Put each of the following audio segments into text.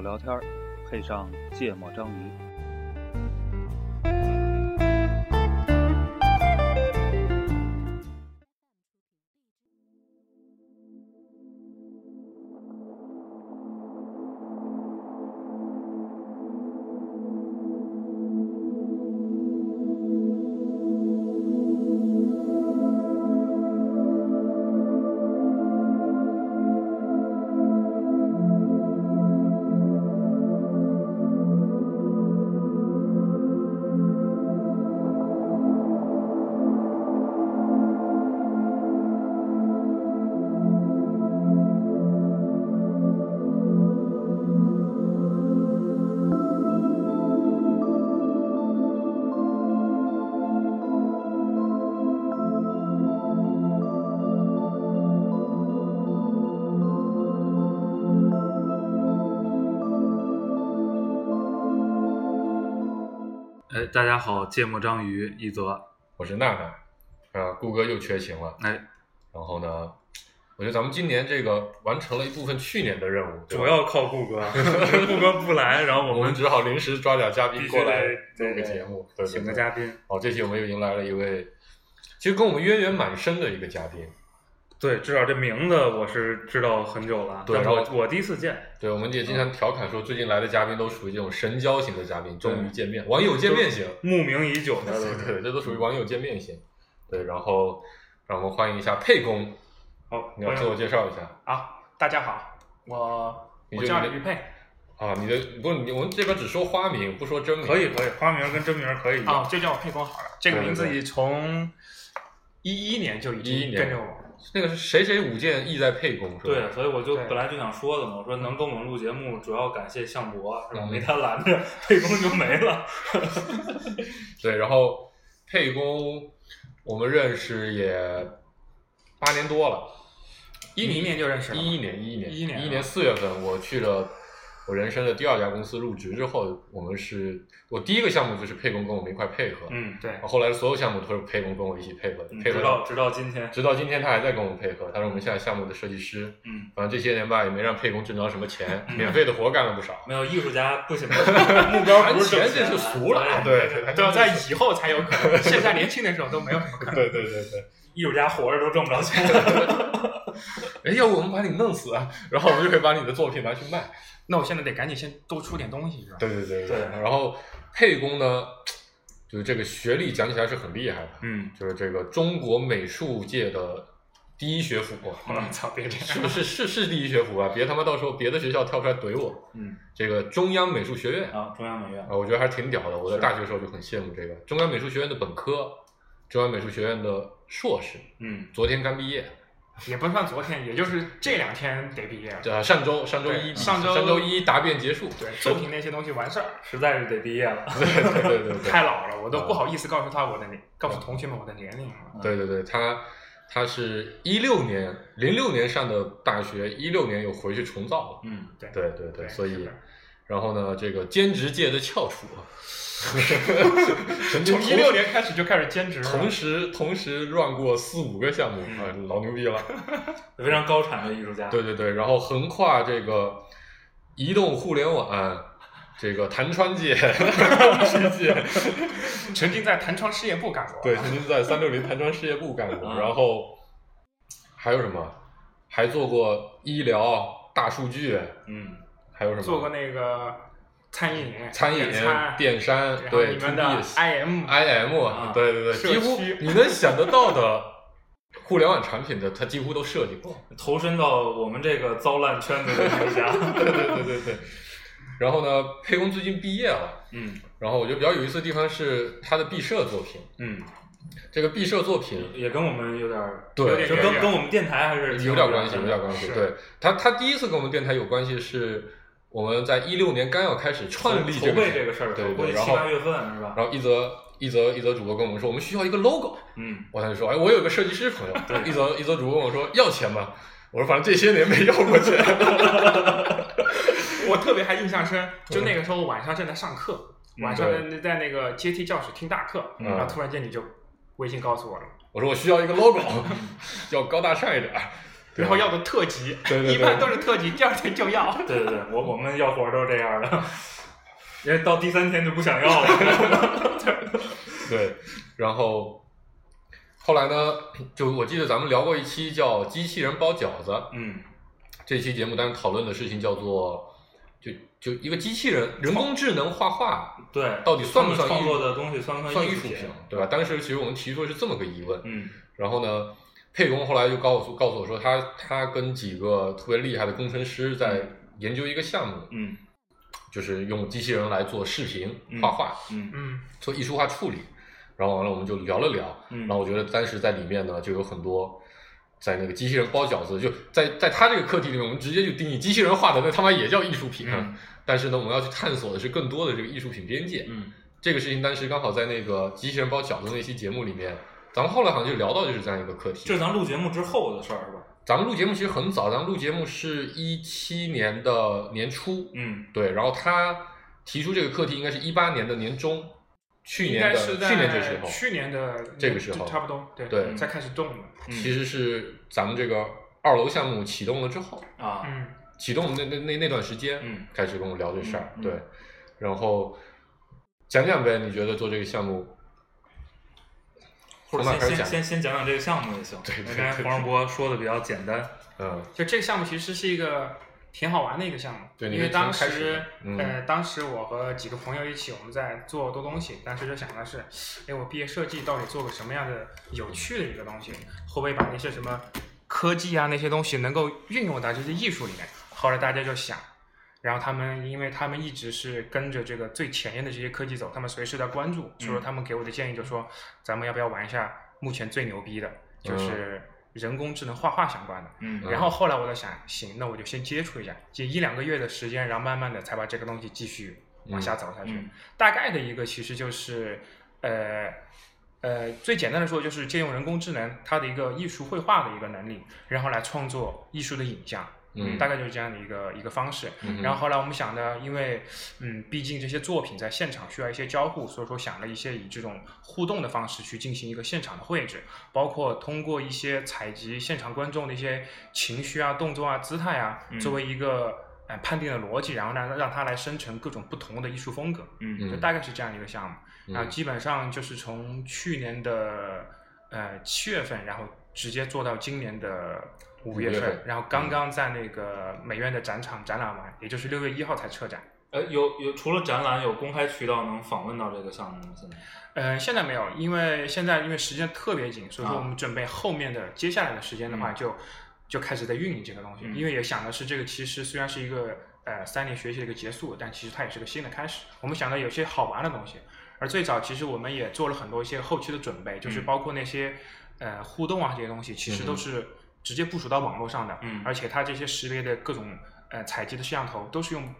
聊天，配上芥末章鱼。哎，大家好，芥末章鱼一泽。我是娜娜，啊，顾哥又缺勤了。哎，然后呢，我觉得咱们今年这个完成了一部分去年的任务，对主吧要靠顾哥， 顾哥不来，然后我我们们只好临时抓点嘉必宾须过来得录对个节目，对对请个对嘉宾。哦，这期我们又迎来了一位，其实跟我们渊源蛮深的一个嘉宾。对，至少这名字我是知道很久了，对但是然我后我第一次见，对，我们也嗯经常调侃说，最近来的嘉宾都属于这种神交型的嘉宾，终于见面，网友见面型。慕名已久的对都对是。对，这都属于网友见面型。对，然后让我们欢迎一下沛公，好，你要自我介绍一下啊，大家好，我你我就叫你李玉佩啊，你的不是你，我们这边只说花名，不说真名。可以可以，花名跟真名可以用啊，就叫我沛公好了。这个对对名字对也从一一年就已11经年跟着我了。那个是谁谁舞剑意在沛公是吧？对，所以我就对本来就想说的嘛，我说能跟我们录节目，主要感谢向博，是吧？嗯没他拦着，沛公就没了。对，然后沛公我们认识也八年多了，一零年就认识了，一一年，一一年， 11年一年四月份我去了我人生的第二家公司入职之后，我们是我第一个项目就是沛公跟我们一块配合， 嗯，对后来所有项目都是沛公跟我一起配合，配合直到直到今天，直到今天他还在跟我们配合，他是我们现在项目的设计师。嗯，反正这些年吧，也没让沛公挣着什么钱，免费的活干了不少。没有艺术家不行， 目标不是挣钱，钱这是俗了。对啊对都要哎啊在以后才有可 能，现在年轻的时候都没有什么可能。对对对对。艺术家活着都挣不着钱。 哎，要不我们把你弄死，啊 然后我们就可以把你的作品拿去卖。那我现在得赶紧先多出点东 西，是吧？对对对对然后沛公呢，就是这个学历讲起来是很厉害的，嗯，就是这个中国美术界的第一学府， 我嗯操，别这是样！不是是是第一学府啊？别他妈到时候别的学校跳出来怼我。嗯，这个中央美术学院然后中央美院啊，，我觉得还是挺屌的。我在是大学时候就很羡慕这个中央美术学院的本科，中央美术学院的硕士，嗯，昨天刚毕业。 也不算昨天，也就是这两天得毕业了。呃，上周上周对一上周上周一答辩结束。对，作品那些东西完事儿，实在是得毕业了。 对对对对对。嗯太老了，我都不好意思告诉他我的年，告诉同学们我的年龄。对对对，他他是一六年零六年上的大学，一六年又回去重造了。嗯，对对对，对所是以的然后呢，这个兼职界的翘楚，曾经 从同一六年开始就开始兼职了，同时同时 run 过四五个项目嗯啊、老牛逼了。非常高产的艺术家。对对对，然后横跨这个移动互联网。这个弹窗界、 工具界，曾经在弹窗事业部干过。对，曾经在三六零弹窗事业部干过，嗯然后还有什么？还做过医疗、大数据，嗯，还有什么？做过那个餐饮、餐饮点餐、、电商，然后对你们的 I IM， M，啊对对对，社几区乎你能想得到的互联网产品的，它几乎都设计过。 投身到我们这个糟烂圈子的艺术对家。对对对对。然后呢，沛公最近毕业了，嗯然后我觉得比较有意思的地方是他的毕设作品，嗯，这个毕设作品也跟我们有点儿，有对点就有跟点跟我们电台还是挺有点关系，有点系。关系。是对他，他第一次跟我们电台有关系是我们在一六年刚要开始创立筹备这这个事儿，对我对估对，计然七后八月份是吧？然后一则一则一则主播跟我们说，我们需要一个 logo。嗯，我就说，哎，我有个设计师朋友，一则一则主播问我说要钱吗？我说反正这些年没要过钱。 我特别还印象嗯深，就那个时候晚上正在上课，嗯晚上在在那个阶梯教室听大课，嗯然后突然间你就微信告诉我了，我说我需要一个 logo，要高大上一点儿。然后要的特急，对对对一般都是特急，第二天就要。对对对，我我们要活都是这样的，因为到第三天就不想要了。 对，然后后来呢，就我记得咱们聊过一期叫“机器人包饺子”，嗯，这期节目当时讨论的事情叫做，就就一个机器人人工智能画画对，到底算不他们算创艺作的东西算不算艺艺术术品，对吧？当时其实我们提出的是这么个疑问，嗯然后呢，沛公后来就告诉告诉我说他，他跟几个特别厉害的工程师在研究一个项目，嗯就是用机器人来做视频嗯画画，嗯嗯，做艺术化处理。然后完了，我们就聊了聊，嗯，然后我觉得当时在里面呢，就有很多在那个机器人包饺子，就在在他这个课题里面，我们直接就定义机器人画的那他妈也叫艺术品。啊嗯但是呢，我们要去探索的是更多的这个艺术品边界。嗯这个事情当时刚好在那个机器人包饺子那期节目里面，咱们后来好像就聊到就是这样一个课题。这是咱录节目之后的事儿是吧？咱们录节目其实很早，咱们录节目是一七年的年初，嗯对，然后他提出这个课题应该是一八年的年中，去应年该的是在去年这时候，去年的这个时候就差不多，对对才开始动的。嗯其实是咱们这个二楼项目启动了之后，啊嗯，启动那那那那段时间，嗯开始跟我聊这事儿，嗯嗯对，然后讲讲呗，你觉得做这个项目，或者从哪先先开始讲？先先讲讲这个项目也行。对对对刚才黄世博说的比较简单。嗯就这个项目其实是一个挺好玩的一个项目，对你因为是当从开始时的、嗯呃，当时我和几个朋友一起，我们在做多东西，当时就想的是，哎，我毕业设计到底做个什么样的有趣的一个东西，会不会把那些什么科技啊那些东西能够运用到这些艺术里面？后来大家就想。然后他们，因为他们一直是跟着这个最前沿的这些科技走，他们随时在关注。嗯所以说，他们给我的建议就说，咱们要不要玩一下目前最牛逼的，就是人工智能画画相关的。嗯嗯然后后来我在想，行，那我就先接触一下，就一两个月的时间，然后慢慢的才把这个东西继续往下走下去。嗯大概的一个其实就是，呃呃，最简单的说就是借用人工智能它的一个艺术绘画的一个能力，然后来创作艺术的影像，嗯大概就是这样的一个一个方式。嗯哼，然后后来我们想呢，因为嗯，毕竟这些作品在现场需要一些交互，所以说想了一些以这种互动的方式去进行一个现场的绘制，包括通过一些采集现场观众的一些情绪啊、动作啊、姿态啊嗯，作为一个呃判定的逻辑，然后让让它来生成各种不同的艺术风格，嗯嗯就大概是这样一个项目。嗯然后基本上就是从去年的呃七月份，然后直接做到今年的五月五月份，份嗯然后刚刚在那个美院的展场展览完，也就是六月一号才撤展。呃，有有除了展览，有公开渠道能访问到这个项目吗？现在？呃，现在没有，因为现在因为时间特别紧，所以说啊我们准备后面的接下来的时间的话嗯就，就、开始在运营这个东西，嗯因为也想的是这个其实虽然是一个呃三年学习的一个结束，但其实它也是个新的开始。我们想到有些好玩的东西，而最早其实我们也做了很多一些后期的准备，就是嗯包括那些、呃互动啊这些东西，其实嗯都哼是直接部署到网络上的，嗯而且它这些识别的各种呃采集的摄像头都是用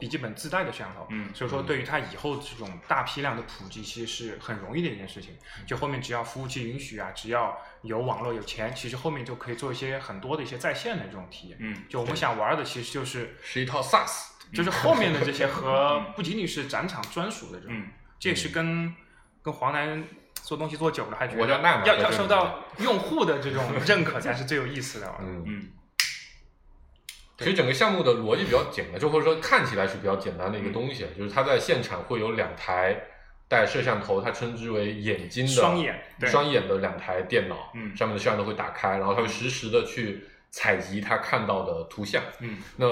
笔记本自带的摄像头，嗯所以说对于它以后这种大批量的普及，其实是很容易的一件事情。嗯就后面只要服务器允许啊，只要有网络有钱，其实后面就可以做一些很多的一些在线的这种体验。嗯就我们想玩的，其实就是是一套 SaaS，就是后面的这些和嗯不仅仅是展场专属的这种，嗯这也是跟跟黄楠做东西做久了，还觉我叫得娜娜要在要这受里到用户的 这种认可才是最有意思的。啊嗯。嗯其实整个项目的逻辑比较简单，就或者说看起来是比较简单的一嗯个东西，就是它在现场会有两台带摄像头，它称之为眼睛的双眼对双眼的两台电脑，嗯上面的摄像头会打开，然后它会实时的去采集它看到的图像。嗯那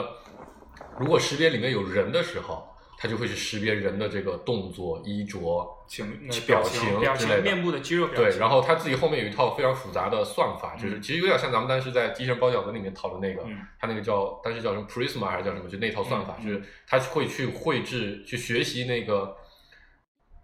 如果识别里面有人的时候，它就会去识别人的这个动作、衣着、情那表情情呃表之类的情、面部的肌肉表情，对，然后它自己后面有一套非常复杂的算法，就是嗯其实有点像咱们当时在《机器人包饺子》里面讨论那个，嗯它那个叫当时叫什么 Prisma 还是叫什么，就那套算法，嗯嗯就是它会去绘制、去学习那个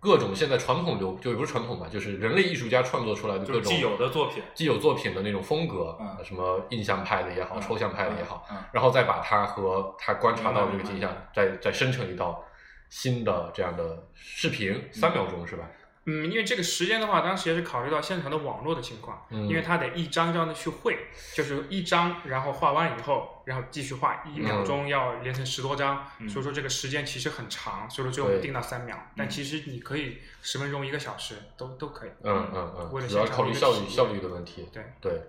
各种现在传统流，就也不是传统吧，就是人类艺术家创作出来的就各是种既有的作品既有作品的那种风格，嗯什么印象派的也好，嗯抽象派的也好，嗯然后再把它和他观察到的这明个白镜明像白，再再生成一道新的这样的视频，三秒钟是吧？嗯，因为这个时间的话，当时也是考虑到现场的网络的情况，嗯因为它得一张一张的去绘，就是一张，然后画完以后，然后继续画，一秒钟要连成十多张，嗯所以说这个时间其实很长，所以说最后我们对嗯定到三秒，但其实你可以十分钟、一个小时都都可以。嗯嗯嗯，为了主要现场考虑的效体率验效率的问题。对对，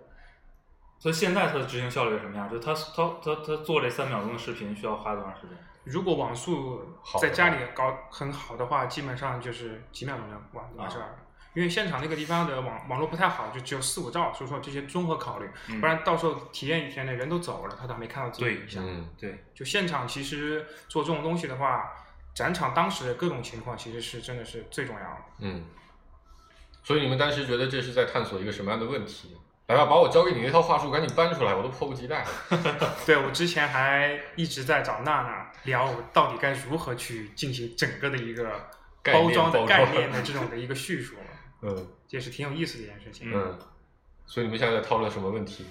所以现在它的执行效率是什么样？就它它它它做这三秒钟的视频需要花多长时间？如果网速好的在家里搞很好的话，基本上就是几秒钟就完完事儿啊了。因为现场那个地方的网网络不太好，就只有四五兆，所以说这些综合考虑，嗯不然到时候体验一天的人都走了，他都还没看到自己对一下。嗯，对，就现场其实做这种东西的话，展场当时的各种情况其实是真的是最重要的。嗯，所以你们当时觉得这是在探索一个什么样的问题？来吧，把我教给你那套话术赶紧搬出来，我都迫不及待 了。对我之前还一直在找娜娜聊，我到底该如何去进行整个的一个概念包装的包装概念的这种的一个叙述，嗯这也是挺有意思的一件事情。嗯，所以你们现在在讨论什么问题？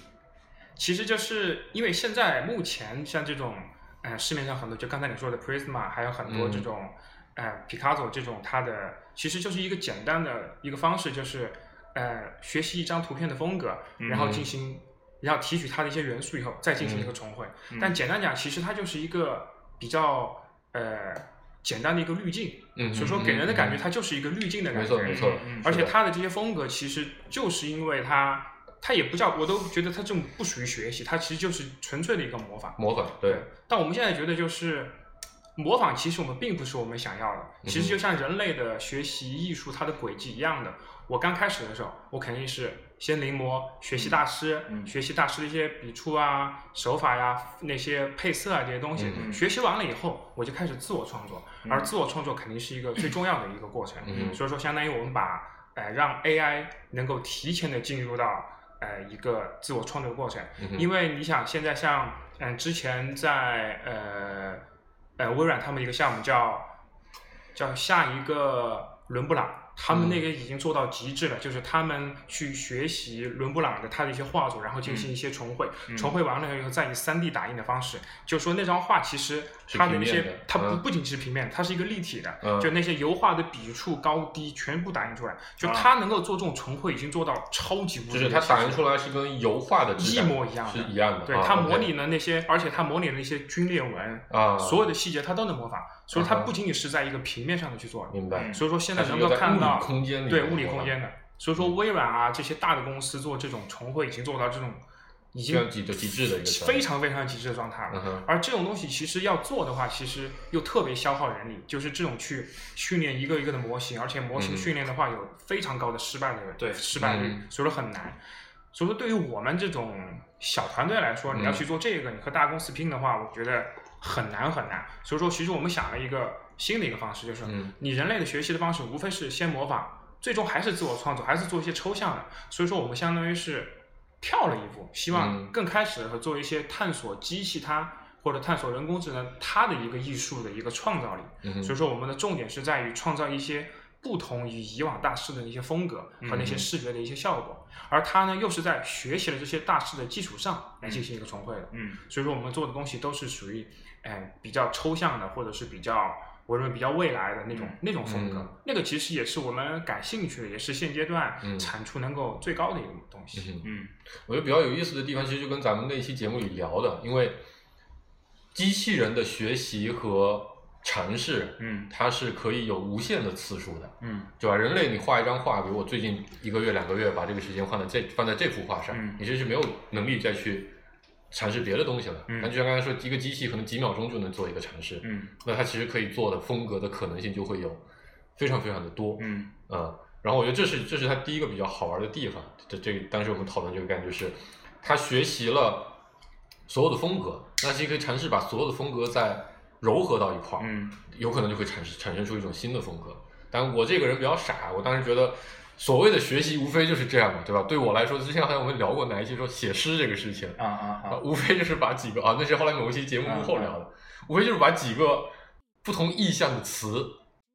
其实就是因为现在目前像这种，呃，市面上很多就刚才你说的 Prisma，还有很多嗯这种，呃，Picasso 这种，它的其实就是一个简单的一个方式，就是呃，学习一张图片的风格，嗯然后进行，然后提取它的一些元素以后，再进行一个重绘。嗯但简单讲，其实它就是一个比较呃简单的一个滤镜，嗯所以说给人的感觉嗯嗯它就是一个滤镜的感觉。没错没错嗯嗯，而且是的他的这些风格，其实就是因为他，他也不叫，我都觉得他这种不属于学习，他其实就是纯粹的一个模仿。模仿对，但我们现在觉得就是模仿，其实我们并不是我们想要的。嗯其实就像人类的学习艺术它的轨迹一样的，我刚开始的时候，我肯定是先临摹学习大师，嗯学习大师的一些笔触啊、手法呀、那些配色啊这些东西。嗯学习完了以后，我就开始自我创作，嗯而自我创作肯定是一个最重要的一个过程。嗯所以说，相当于我们把呃让 AI 能够提前的进入到呃一个自我创作的过程。嗯因为你想，现在像嗯、之前在呃呃微软他们一个项目叫叫下一个伦布朗，他嗯们那个已经做到极致了，就是他们去学习伦布朗的他的一些画作，然后进行一些重绘，嗯重绘完了以后再以 3D 打印的方式，就说那张画其实是它的平那面些的它不嗯不仅是平面，它是一个立体的，嗯就那些油画的笔触高低全部打印出来，就啊它能够做这种重绘已经做到超级无嗯就敌是了。它其打印实出来是跟油画的质感一模一样的是一样的。对，啊它 OK 模拟了那些，而且它模拟了一些军裂纹，啊，所有的细节它都能模仿，所以它啊哈不仅仅是在一个平面上的去做，明白。嗯所以说现在它是能一个够在看物到理空间里对面物理的空模嗯间的，所以说微软啊这些大的公司做这种重绘已经做到这种已非常经极就极致的一个状态非常非常极致的状态了。嗯哼而这种东西其实要做的话，其实又特别消耗人力，就是这种去训练一个一个的模型，而且模型嗯训练的话有非常高的失败的对失败率嗯，所以说很难。所以说对于我们这种小团队来说，嗯你要去做这个，你和大公司拼的话，我觉得很难很难。所以说，其实我们想了一个新的一个方式，就是嗯你人类的学习的方式无非是先模仿，最终还是自我创作，还是做一些抽象的。所以说，我们相当于是跳了一步，希望嗯更开始和做一些探索机器它或者探索人工智能它的一个艺术的一个创造力。嗯所以哼说，我们的重点是在于创造一些不同于以往大师的一些风格和那些嗯视觉的一些效果，而它呢又是在学习了这些大师的基础上来进行一个重绘的。嗯所以说我们做的东西都是属于，哎、比较抽象的，或者是比较我认为比较未来的那种、嗯那种风格、嗯那个其实也是我们感兴趣的，也是现阶段嗯产出能够最高的一个东西。嗯哼嗯我觉得比较有意思的地方，其实就跟咱们那期节目里聊的，因为机器人的学习和尝试，嗯它是可以有无限的次数的，嗯对吧？人类你画一张画，比如我最近一个月、两个月把这个时间放在这放在这幅画上，嗯你这是没有能力再去尝试别的东西了。嗯但就像刚才说，一个机器可能几秒钟就能做一个尝试，嗯那它其实可以做的风格的可能性就会有非常非常的多。嗯嗯，然后我觉得这是这是他第一个比较好玩的地方。这这个当时我们讨论这个概念，就是他学习了所有的风格，那其实可以尝试把所有的风格再糅合到一块儿，嗯有可能就会产生产生出一种新的风格。但我这个人比较傻，我当时觉得所谓的学习无非就是这样嘛，对吧？对我来说，之前好像我们聊过哪一期说写诗这个事情，啊啊啊，啊，嗯无非就是把几个啊，那是后来某一期节目幕后聊的，无非就是把几个不同意象的词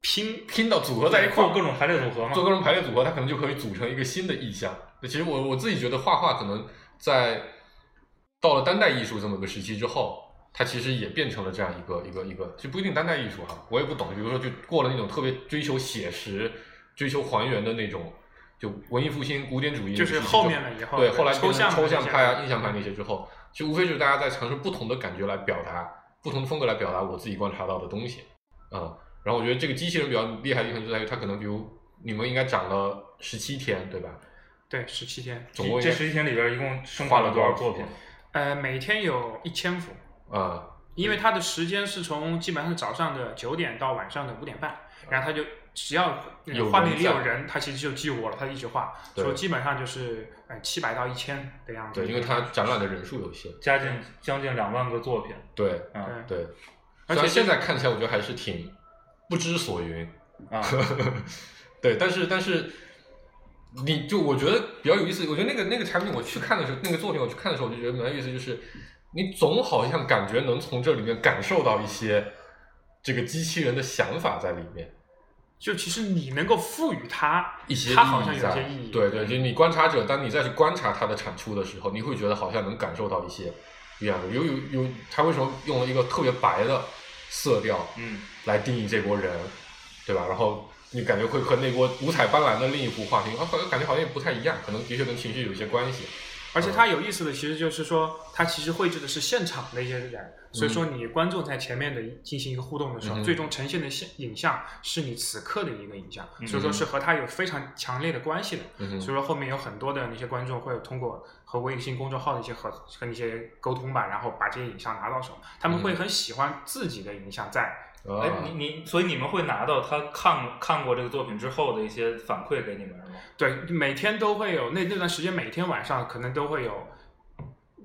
拼拼到组合在一块儿，做各种排列组合嘛，做各种排列组合，它可能就可以组成一个新的意象。那其实我我自己觉得画画可能在到了当代艺术这么个时期之后，它其实也变成了这样一个一个一个，就不一定当代艺术哈，我也不懂。比如说，就过了那种特别追求写实、追求还原的那种，就文艺复兴、古典主义那个就时期是之，后面了以后，嗯对，后来抽变成象抽象派啊、这印些象派那些之后，就无非就是大家在尝试不同的感觉来表达，不同的风格来表达我自己观察到的东西，嗯。然后我觉得这个机器人比较厉害的地方就在于它可能，比如你们应该涨了十七天，对吧？对，十七天，总共这应该十一天里边一共生画产了多多少少作品？呃，每天有一千幅，啊？因为它的时间是从基本上是早上的九点到晚上的五点半，然后他就只要呃啊有人画面里有在人，他其实就激活了，他一直画，对所以基本上就是呃七百到一千的样子。对，因为它展览的人数有限。加近将近两万个作品，对啊对，虽而且然这现在看起来我觉得还是挺不知所云，啊， 对，但是但是，你就我觉得比较有意思，我觉得那个那个产品我去看的时候，那个作品我去看的时候，我就觉得蛮有意思，就是你总好像感觉能从这里面感受到一些这个机器人的想法在里面，就其实你能够赋予它一些它好意像义有在些意义。对对，就你观察者，当你再去观察它的产出的时候，你会觉得好像能感受到一些不一样的，有有有，它为什么用了一个特别白的色调？嗯，来定义这波人，对吧？然后你感觉会和那波五彩斑斓的另一幅画屏，啊，好像感觉好像也不太一样，可能的确跟情绪有些关系。而且它有意思的其实就是说，它其实绘制的是现场的一些人，所以说你观众在前面的进行一个互动的时候，嗯嗯哼最终呈现的现影像是你此刻的一个影像，嗯所以说是和它有非常强烈的关系的。嗯所哼，以说后面有很多的那些观众会通过和微信公众号的一些和和一些沟通吧，然后把这些影像拿到手，他们会嗯很喜欢自己的影像在。啊哎，你你，所以你们会拿到他看看过这个作品之后的一些反馈给你们是吗？对，每天都会有那那段时间，每天晚上可能都会有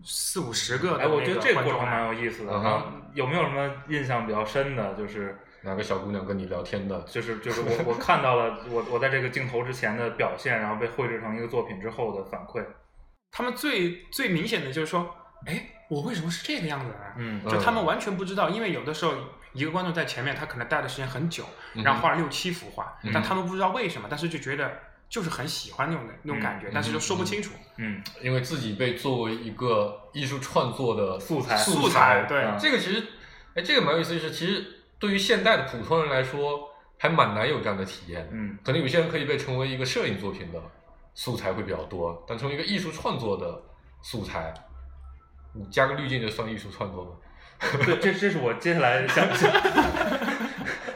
四五十个的哎，我觉那得个这个观过众啊程来蛮有意思的。嗯然后有没有什么印象比较深的？就是哪个小姑娘跟你聊天的？就是就是我我看到了我我在这个镜头之前的表现，然后被绘制成一个作品之后的反馈。他们最最明显的就是说，哎，我为什么是这个样子呢？嗯就他们完全不知道，因为有的时候一个观众在前面，他可能待的时间很久，嗯哼然后画了六七幅画，嗯但他们不知道为什么，但是就觉得就是很喜欢那种的那种感觉，嗯但是就说不清楚。嗯因为自己被作为一个艺术创作的素材素素材材对嗯这个其实，哎，这个蛮有意思，就是其实对于现代的普通人来说，还蛮难有这样的体验。嗯可能有些人可以被成为一个摄影作品的素材会比较多，但从一个艺术创作的素材，你加个滤镜就算艺术创作吗？ 对，这这是我接下来想 想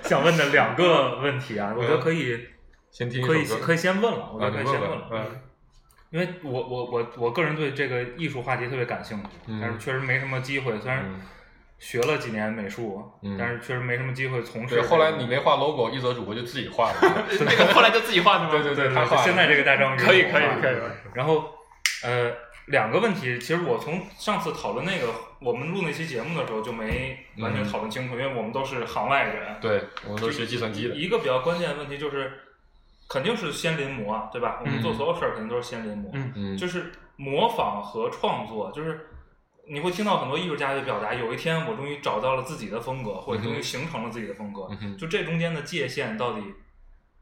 想问的两个问题啊，我觉得可以嗯先听一首可以歌可以先问了，我觉啊，得可以你先问问问了，。嗯因为我我我我个人对这个艺术话题特别感兴趣，嗯但是确实没什么机会。虽然嗯学了几年美术，嗯但是确实没什么机会从事这对，个。后来你没画 logo，一则主播就自己画了。 那个后来就自己画的 吗？对对对他对，画就了现在这个大章鱼可以我可以画的可以。啊然后呃，两个问题，其实我从上次讨论那个我们录那期节目的时候就没完全嗯讨论清楚，因为我们都是行外人。对，我们都学计算机的。一个比较关键的问题就是，肯定是先临摹啊，对吧？我们做所有事儿肯定都是先临摹。嗯嗯，就是模仿和创作，就是你会听到很多艺术家的表达，有一天我终于找到了自己的风格，或者嗯哼终于形成了自己的风格，嗯哼就这中间的界限到底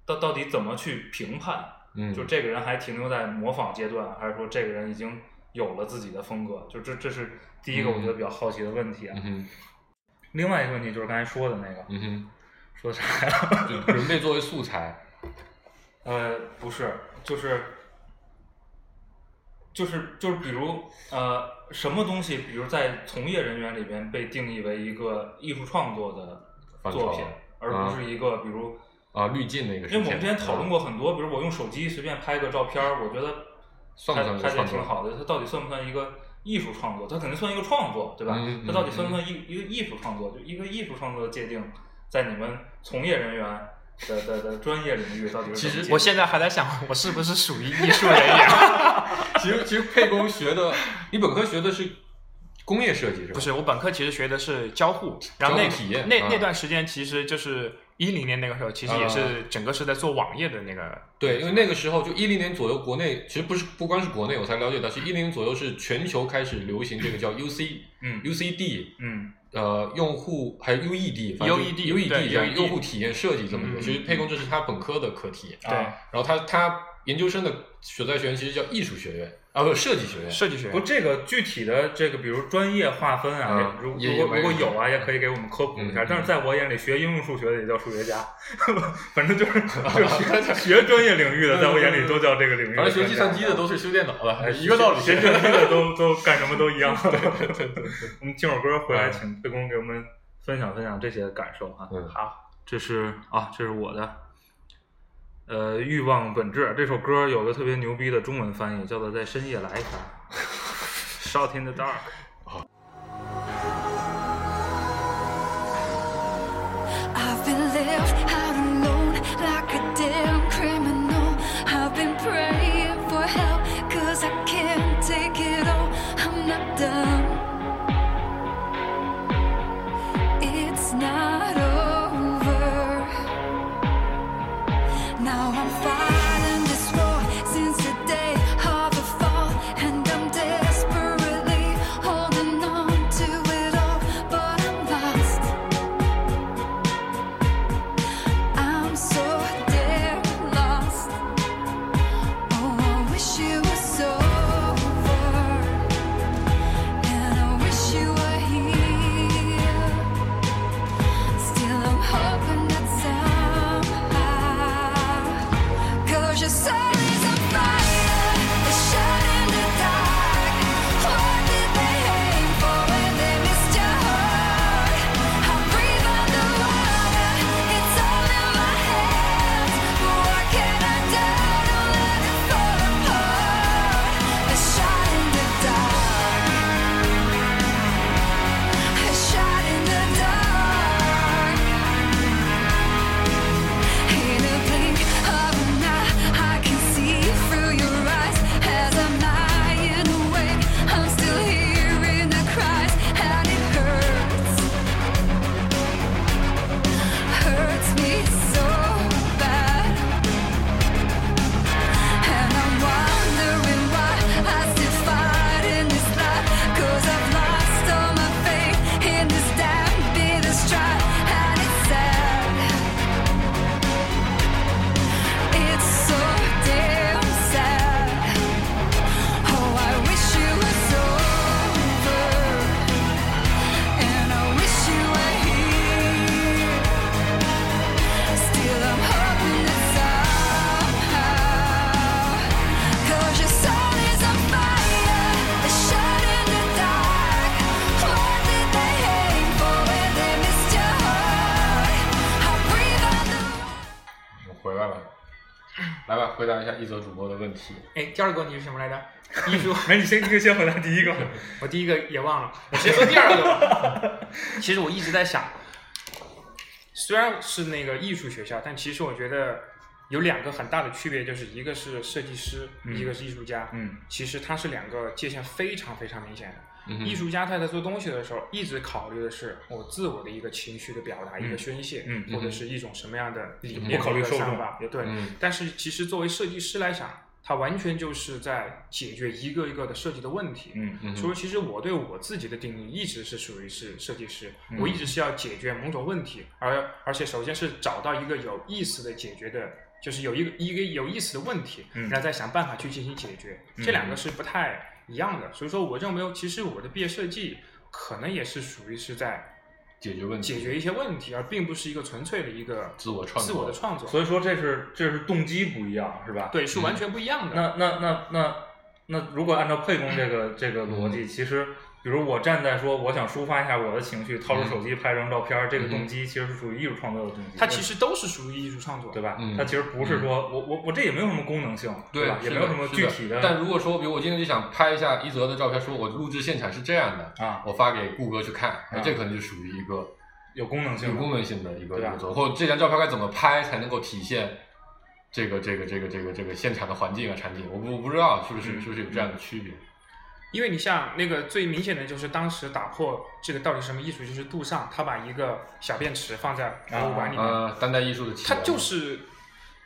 到到底怎么去评判？嗯，就这个人还停留在模仿阶段，还是说这个人已经有了自己的风格？就这这是第一个嗯我觉得比较好奇的问题啊。嗯哼，另外一个问题就是刚才说的那个，嗯 说啥呀？哼，就人类作为素材，呃，不是，就是，就是就是，比如呃，什么东西，比如在从业人员里边被定义为一个艺术创作的范作畴品，而不是一个，比如，啊，滤镜那个事嗯因为件。我们之前讨啊论过很多，比如我用手机随便拍个照片儿，我觉得算不算拍拍是的创作挺好的，它到底算不算一个艺术创作？它肯定算一个创作，对吧？嗯它到底嗯算不算一一个艺术创作？就一个艺术创作的界定，在你们从业人员的的的专业领域到底是其怎么实界定我现在还在想，我是不是属于艺术人员？嗯。其实其实沛公学的，你本科学的是工业设计是吧？不是，我本科其实学的是交互，然后那交互体验那啊那段时间其实就是一零年那个时候，其实也是整个是在做网页的那个。对，因为那个时候就一零年左右，国内其实不是不光是国内，我才了解到，是一零年左右是全球开始流行这个叫 UC 嗯 UCD 嗯呃用户还有 UED 反正 UED 就 UED 对这样 UED 用户体验设计这么一个，嗯其实沛公这是他本科的课题，对啊然后他他研究生的所在学院其实叫艺术学院啊不是设计学院，设计学不，院，这个具体的这个，比如专业划分啊，嗯如如也果如也果没有有啊，也可以给我们科普一下。嗯嗯但是在我眼里，学应用数学的也叫数学家， 反正 就是就是学 学专业领域的，对对在我眼里都叫这个领域专家。反正学计算机的都是修电脑哎的，一个道理。学学计算机的都都干什么都一样。 我们听首歌回来，嗯请沛公给我们分享分享这些感受哈。嗯好，这是啊，这是我的。呃，欲望本质这首歌有个特别牛逼的中文翻译，叫做在深夜来一发 ，Shot in the dark。 I've been left out alone like a damn criminal. I've been praying for help, cause I can't take it all. I'm not done. It's not over. Now I'm fighting this war since the day of the fall, and I'm desperately holding on to it all, but I'm lost. I'm so damn lost. Oh, I wish it was over, and I wish you were here. Still I'm hoping that somehow Cause your soul is on fire It's shot in the dark What did they aim for when they missed your heart? I breathe underwater It's all in my hands What can I do? Don't let it fall apart It's shot in the dark I shot in the dark. In a blink of an eye, I can see through your eyes. As I'm lying awake, I'm still hearing the cries, and it hurts, hurts me so bad. And I'm wondering why I still fight in this life. Cause I've lost all my faith in this damn bitter strife. And it's sad. It's so damn sad. Oh, I wish you was over. And I wish you were here. Still I'm hoping that somehow Cause your soul is on fire It's shot in the dark What did they aim for when they missed your heart? I breathe on the 我回来了，来吧，回答一下一泽主播的问题。哎，第二个问题是什么 来着？艺术，哎没，你先你先回答第一个。我第一个也忘了，我直接说第二个 吧。其实我一直在想，虽然是那个艺术学校，但其实我觉得有两个很大的区别，就是一个是设计师，嗯一个是艺术家。嗯其实它是两个界限非常非常明显的。嗯哼艺术家他在做东西的时候，一直考虑的是我自我的一个情绪的表达、一个嗯宣泄，嗯或者是一种什么样的理嗯念、不考虑受众想法，对。嗯但是其实作为设计师来讲，他完全就是在解决一个一个的设计的问题。嗯嗯所哼以其实我对我自己的定义一直是属于是设计师，嗯我一直是要解决某种问题，而而且首先是找到一个有意思的解决的，就是有一个一个有意思的问题，嗯然后再想办法去进行解决，嗯这两个是不太一样的。所以说我认为，其实我的毕业设计可能也是属于是在解决问题，解决一些问题，而并不是一个纯粹的一个自我创自作我的创作，所以说这是这是动机不一样，是吧？。对，是完全不一样的。那那那那那，如果按照沛公这个这个逻嗯辑，其实比如我站在说我想抒发一下我的情绪，掏嗯出手机拍张照片，这个动机其实是属于艺术创作的动机。它其实都是属于艺术创作，对吧？嗯它其实不是说我我我这也没有什么功能性，对吧？也是没有的什么是具的体的。但如果说，比如我今天就想拍一下一泽的照片，说我录制现场是这样的，啊，我发给顾哥去看，那啊这可能就属于一个有功能性有的，功能性的一个对啊吧一个作，或者这张照片该怎么拍才能够体现这个这个这个这个这个现场的环境啊场景？我不我不知道是不是嗯是不是有这样的区别？因为你像那个最明显的就是当时打破这个到底什么艺术，就是杜尚他把一个小便池放在博物馆里嗯面，呃，当代艺术的起他源就嘛是，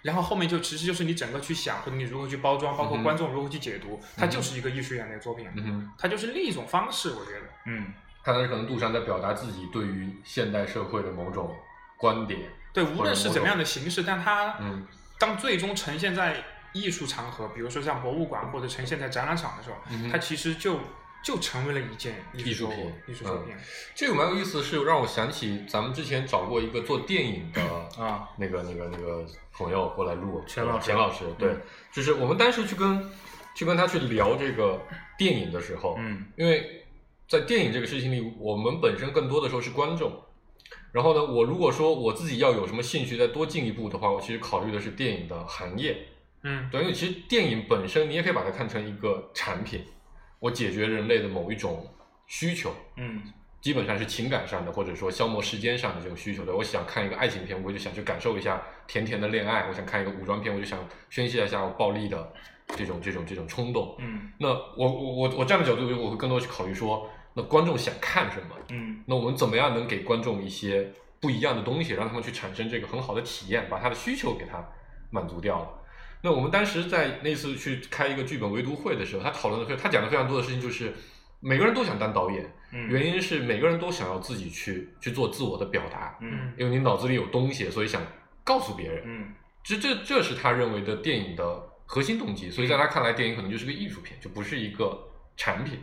然后后面就其实就是你整个去想，或者你如何去包装，包括嗯哼观众如何去解读，它就是一个艺术样的作品，嗯哼。它就是另一种方式，我觉得。嗯看来可能杜尚在表达自己对于现代社会的某种观点。对，无或者论是某怎么种样的形式，但它嗯当最终呈现在艺术场合，比如说像博物馆或者呈现在展览场的时候，嗯它其实就就成为了一件艺术术作品品，艺术作品。这个蛮有意思，是让我想起咱们之前找过一个做电影的啊，那个那个那个朋友过来录，钱老师嗯钱老师，对，就是我们当时去跟去跟他去聊这个电影的时候，嗯因为在电影这个事情里，我们本身更多的时候是观众，然后呢，我如果说我自己要有什么兴趣再多进一步的话，我其实考虑的是电影的行业。嗯对，因为其实电影本身你也可以把它看成一个产品，我解决人类的某一种需求，嗯基本上是情感上的，或者说消磨时间上的这种需求的。我想看一个爱情片，我就想去感受一下甜甜的恋爱；我想看一个武装片，我就想宣泄一下我暴力的这种这种这种冲动。嗯那我我我我站的角度，我会更多去考虑说，那观众想看什么？嗯那我们怎么样能给观众一些不一样的东西，让他们去产生这个很好的体验，把他的需求给他满足掉了？那我们当时在那次去开一个剧本围读会的时候，他讨论的非他讲的非常多的事情就是，每个人都想当导演，嗯，原因是每个人都想要自己去去做自我的表达，嗯因为你脑子里有东西，所以想告诉别人。嗯这这这是他认为的电影的核心动机，所以在他看来，电影可能就是个艺术品，就不是一个产品，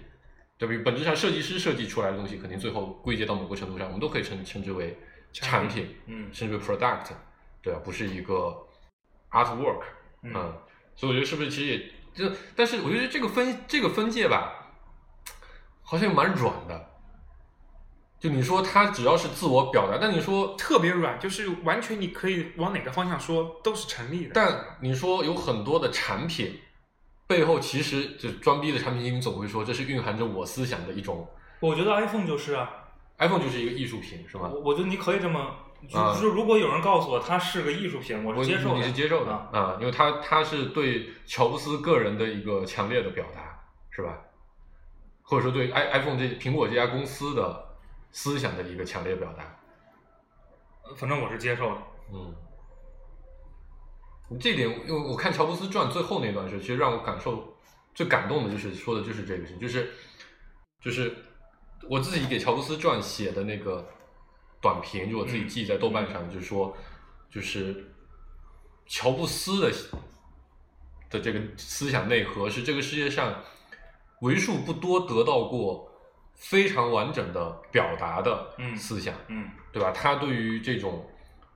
对吧？本质上，设计师设计出来的东西，肯定最后归结到某个程度上，我们都可以称称之为产品，嗯甚至为 product，对啊吧？不是一个 artwork，嗯嗯，所以我觉得是不是其实也就，但是我觉得这个分这个分界吧，好像蛮软的。就你说他只要是自我表达，但你说特别软，就是完全你可以往哪个方向说都是成立的。但你说有很多的产品背后，其实就装逼的产品经理总会说，这是蕴含着我思想的一种。我觉得 iPhone 就是啊， iPhone 就是一个艺术品，是吗我？我觉得你可以这么，就啊是如果有人告诉我它是个艺术品，我我是接受的，你是接受的啊啊、因为他他是对乔布斯个人的一个强烈的表达，是吧？或者说对 i iPhone 这苹果这家公司的思想的一个强烈表达，反正我是接受的。嗯。这点，因为我看乔布斯传最后那段时候，其实让我感受最感动的就是说的就是这个事情，就是就是我自己给乔布斯传写的那个短评，就我自己记在豆瓣上，就是说就是乔布斯的的这个思想内核是这个世界上为数不多得到过非常完整的表达的嗯思想，嗯对吧？他对于这种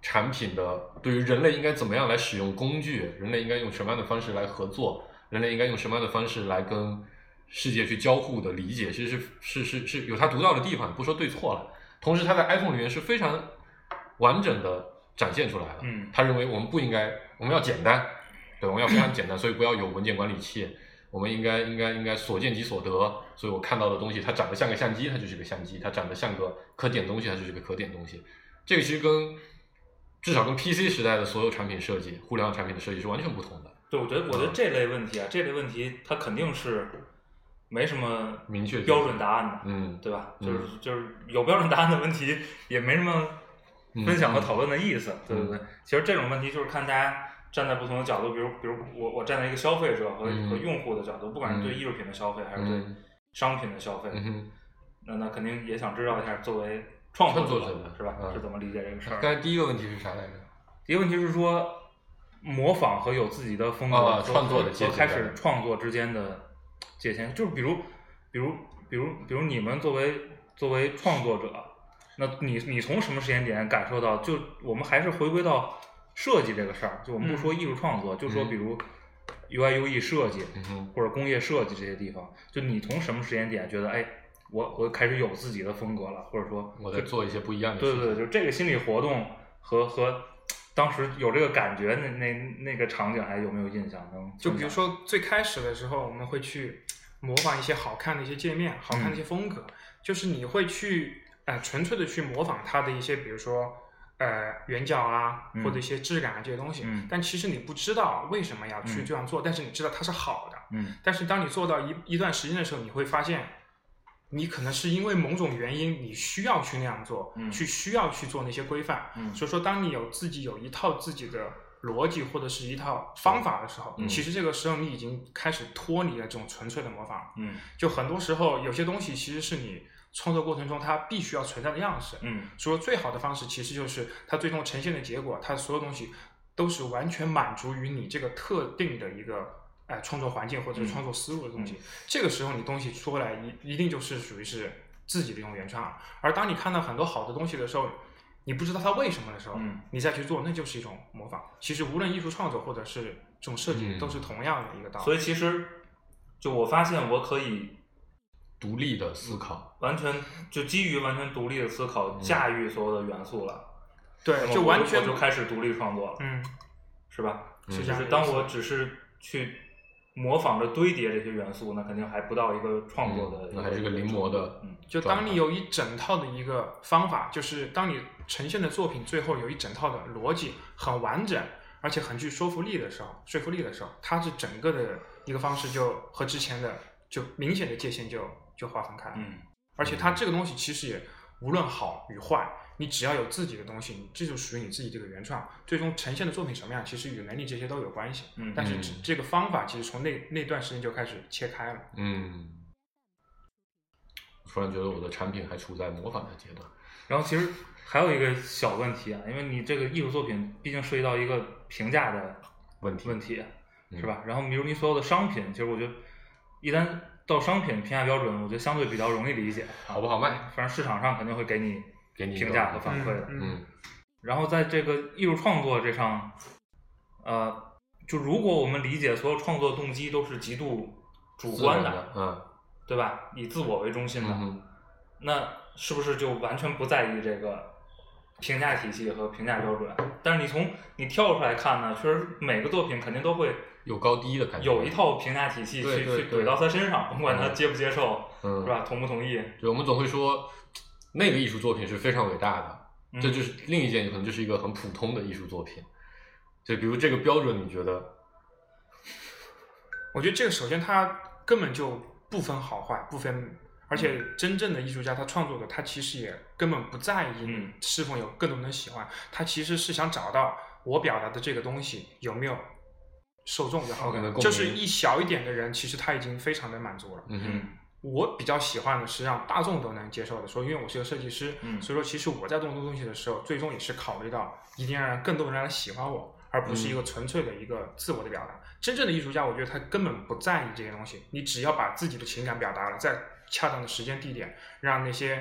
产品的，对于人类应该怎么样来使用工具，人类应该用什么样的方式来合作，人类应该用什么样的方式来跟世界去交互的理解，其实是是是是有他独到的地方，不说对错了。同时，他在 iPhone 里面是非常完整的展现出来了。嗯他认为我们不应该，我们要简单，对，我们要非常简单，所以不要有文件管理器。我们应该应该应该所见即所得，所以我看到的东西，它长得像个相机，它就是个相机；它长得像个可点东西，它就是个可点东西。这个其实跟至少跟 PC 时代的所有产品设计、互联网产品的设计是完全不同的，对，我觉得我觉得这类问题啊，这类问题它肯定是没什么明确标准答案的，嗯，对吧？嗯就是就是有标准答案的问题，也没什么嗯分享和讨论的意思，对对对。其实这种问题就是看大家站在不同的角度，比如比如我我站在一个消费者和、嗯和用户的角度，不管是对嗯艺术品的消费还是对嗯商品的消费，嗯哼。那那肯定也想知道一下作为创作创作者是吧、嗯是怎么理解这个事儿的？刚才第一个问题是啥来着？一个问题是说，模仿和有自己的风格、啊和创作的界和限开始创作之间的界限，就是比如，比如，比如，比如你们作为作为创作者，那你你从什么时间点感受到？就我们还是回归到设计这个事儿，就我们不说艺术创作，就说比如 UI UE E 设计嗯哼，或者工业设计这些地方，就你从什么时间点觉得，哎，我我开始有自己的风格了，或者说我在做一些不一样的对事情。对对，就是这个心理活动和和当时有这个感觉，那那那个场景还有没有印象？能就比如说最开始的时候，我们会去模仿一些好看的一些界面、好看的一些风格，就是你会去呃纯粹的去模仿它的一些，比如说呃圆角啊，嗯或者一些质感啊这些东西。嗯但其实你不知道为什么要去嗯这样做，但是你知道它是好的。嗯但是当你做到一一段时间的时候，你会发现，你可能是因为某种原因，你需要去那样做，嗯去需要去做那些规范。嗯所以说，当你有自己有一套自己的逻辑或者是一套方法的时候，嗯其实这个时候你已经开始脱离了这种纯粹的模仿。嗯就很多时候，有些东西其实是你创作过程中它必须要存在的样式。嗯所以说，最好的方式其实就是它最终呈现的结果，它所有东西都是完全满足于你这个特定的一个哎、创作环境或嗯者是创作思路的东西。这个时候，你东西出来一一定就是属于是自己的一种原创了。而当你看到很多好的东西的时候，你不知道它为什么的时候，嗯你再去做，那就是一种模仿。其实无论艺术创作或者是这种设计，嗯都是同样的一个道理。所以其实就我发现我可以独立的思考。完全就基于完全独立的思考，驾驭所有的元素了，那对，么就我完全我嗯就开始独立创作了，嗯，是吧？嗯是这就样是的。当我只是去模仿着堆叠这些元素，那肯定还不到一个创作的嗯一，那还是个临摹的嗯，就当你有一整套的一个方法，就是当你呈现的作品最后有一整套的逻辑，很完整，而且很具说服力的时候，说服力的时候，它是整个的一个方式就和之前的就明显的界限就就划分开了。嗯，而且它这个东西其实也无论好与坏，你只要有自己的东西，你这就属于你自己这个原创，最终呈现的作品什么样，其实与能力这些都有关系。嗯但是嗯这这个方法其实从那那段时间就开始切开了。嗯，突然觉得我的产品还处在模仿的阶段。然后其实还有一个小问题啊，因为你这个艺术作品毕竟涉及到一个评价的问题问题，嗯是吧？然后比如你所有的商品，其实我觉得一旦到商品评价标准，我觉得相对比较容易理解，啊好不好卖？反正市场上肯定会给你给你一个评价和反馈的。嗯嗯然后在这个艺术创作这上，呃，就如果我们理解所有创作动机都是极度主自然观的，嗯对吧？以自我为中心的，嗯哼那是不是就完全不在意这个评价体系和评价标准？但是你从你跳出来看呢，确实每个作品肯定都会有高低的感觉，有一套评价体系去对对去对怼到他身上，甭管他接不接受，嗯是吧？同不同意？对，我们总会说那个艺术作品是非常伟大的，嗯这就是另一件可能就是一个很普通的艺术作品。就比如这个标准，你觉得我觉得这个首先它根本就不分好坏，不分，而且嗯真正的艺术家他创作的，他其实也根本不在意嗯是否有更多人喜欢，他其实是想找到我表达的这个东西有没有受众就好我感觉了，共鸣就是一小一点的人，其实他已经非常的满足了。嗯哼嗯我比较喜欢的是让大众都能接受的，说因为我是个设计师，嗯所以说其实我在动东西的时候，最终也是考虑到一定要让更多人来喜欢我，而不是一个纯粹的一个自我的表达。真正的艺术家，我觉得他根本不在意这些东西，你只要把自己的情感表达了，在恰当的时间地点，让那些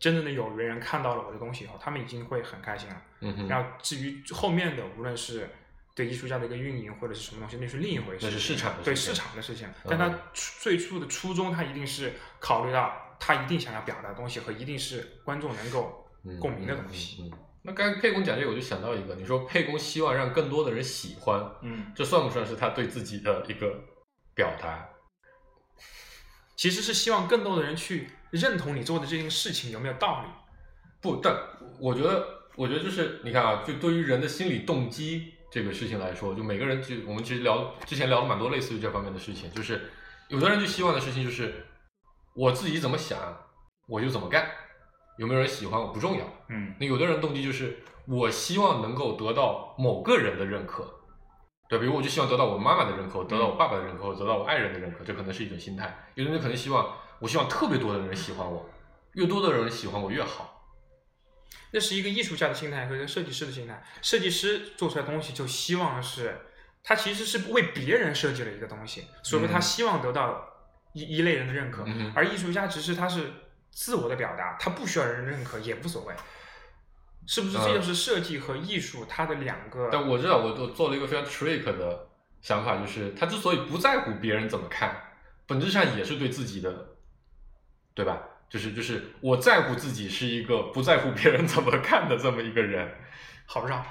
真正的有缘人看到了我的东西以后，他们已经会很开心了。嗯哼，然后至于后面的，无论是对艺术家的一个运营或者是什么东西，那是另一回事，那是市场的对事情市场的事情。但他嗯初最初的初衷，他一定是考虑到他一定想要表达的东西和一定是观众能够嗯共鸣的东西。嗯，嗯嗯那刚才沛公讲这个，我就想到一个，你说沛公希望让更多的人喜欢，嗯这算不算是他对自己的一个表达？其实是希望更多的人去认同你做的这件事情有没有道理。不，但我觉得，我觉得就是你看啊，就对于人的心理动机这个事情来说，就每个人就我们其实聊之前聊了蛮多类似于这方面的事情，就是有的人就希望的事情就是我自己怎么想我就怎么干，有没有人喜欢我不重要。嗯那有的人动机就是我希望能够得到某个人的认可，对，比如我就希望得到我妈妈的认可，我得到我爸爸的认可，我得到我爱人的认可，这可能是一种心态。有的人可能希望我希望特别多的人喜欢我，越多的人喜欢我越好。那是一个艺术家的心态和一个设计师的心态。设计师做出来的东西就希望是，他其实是为别人设计了一个东西，所以说他嗯希望得到一、一类人的认可。嗯哼而艺术家其实他是自我的表达，他不需要人认可也无所谓，是不是？这就是设计和艺术它的两个。嗯但我知道，我我做了一个非常 trick 的想法，就是他之所以不在乎别人怎么看，本质上也是对自己的，对吧？就是就是我在乎自己是一个不在乎别人怎么看的这么一个人， 好绕，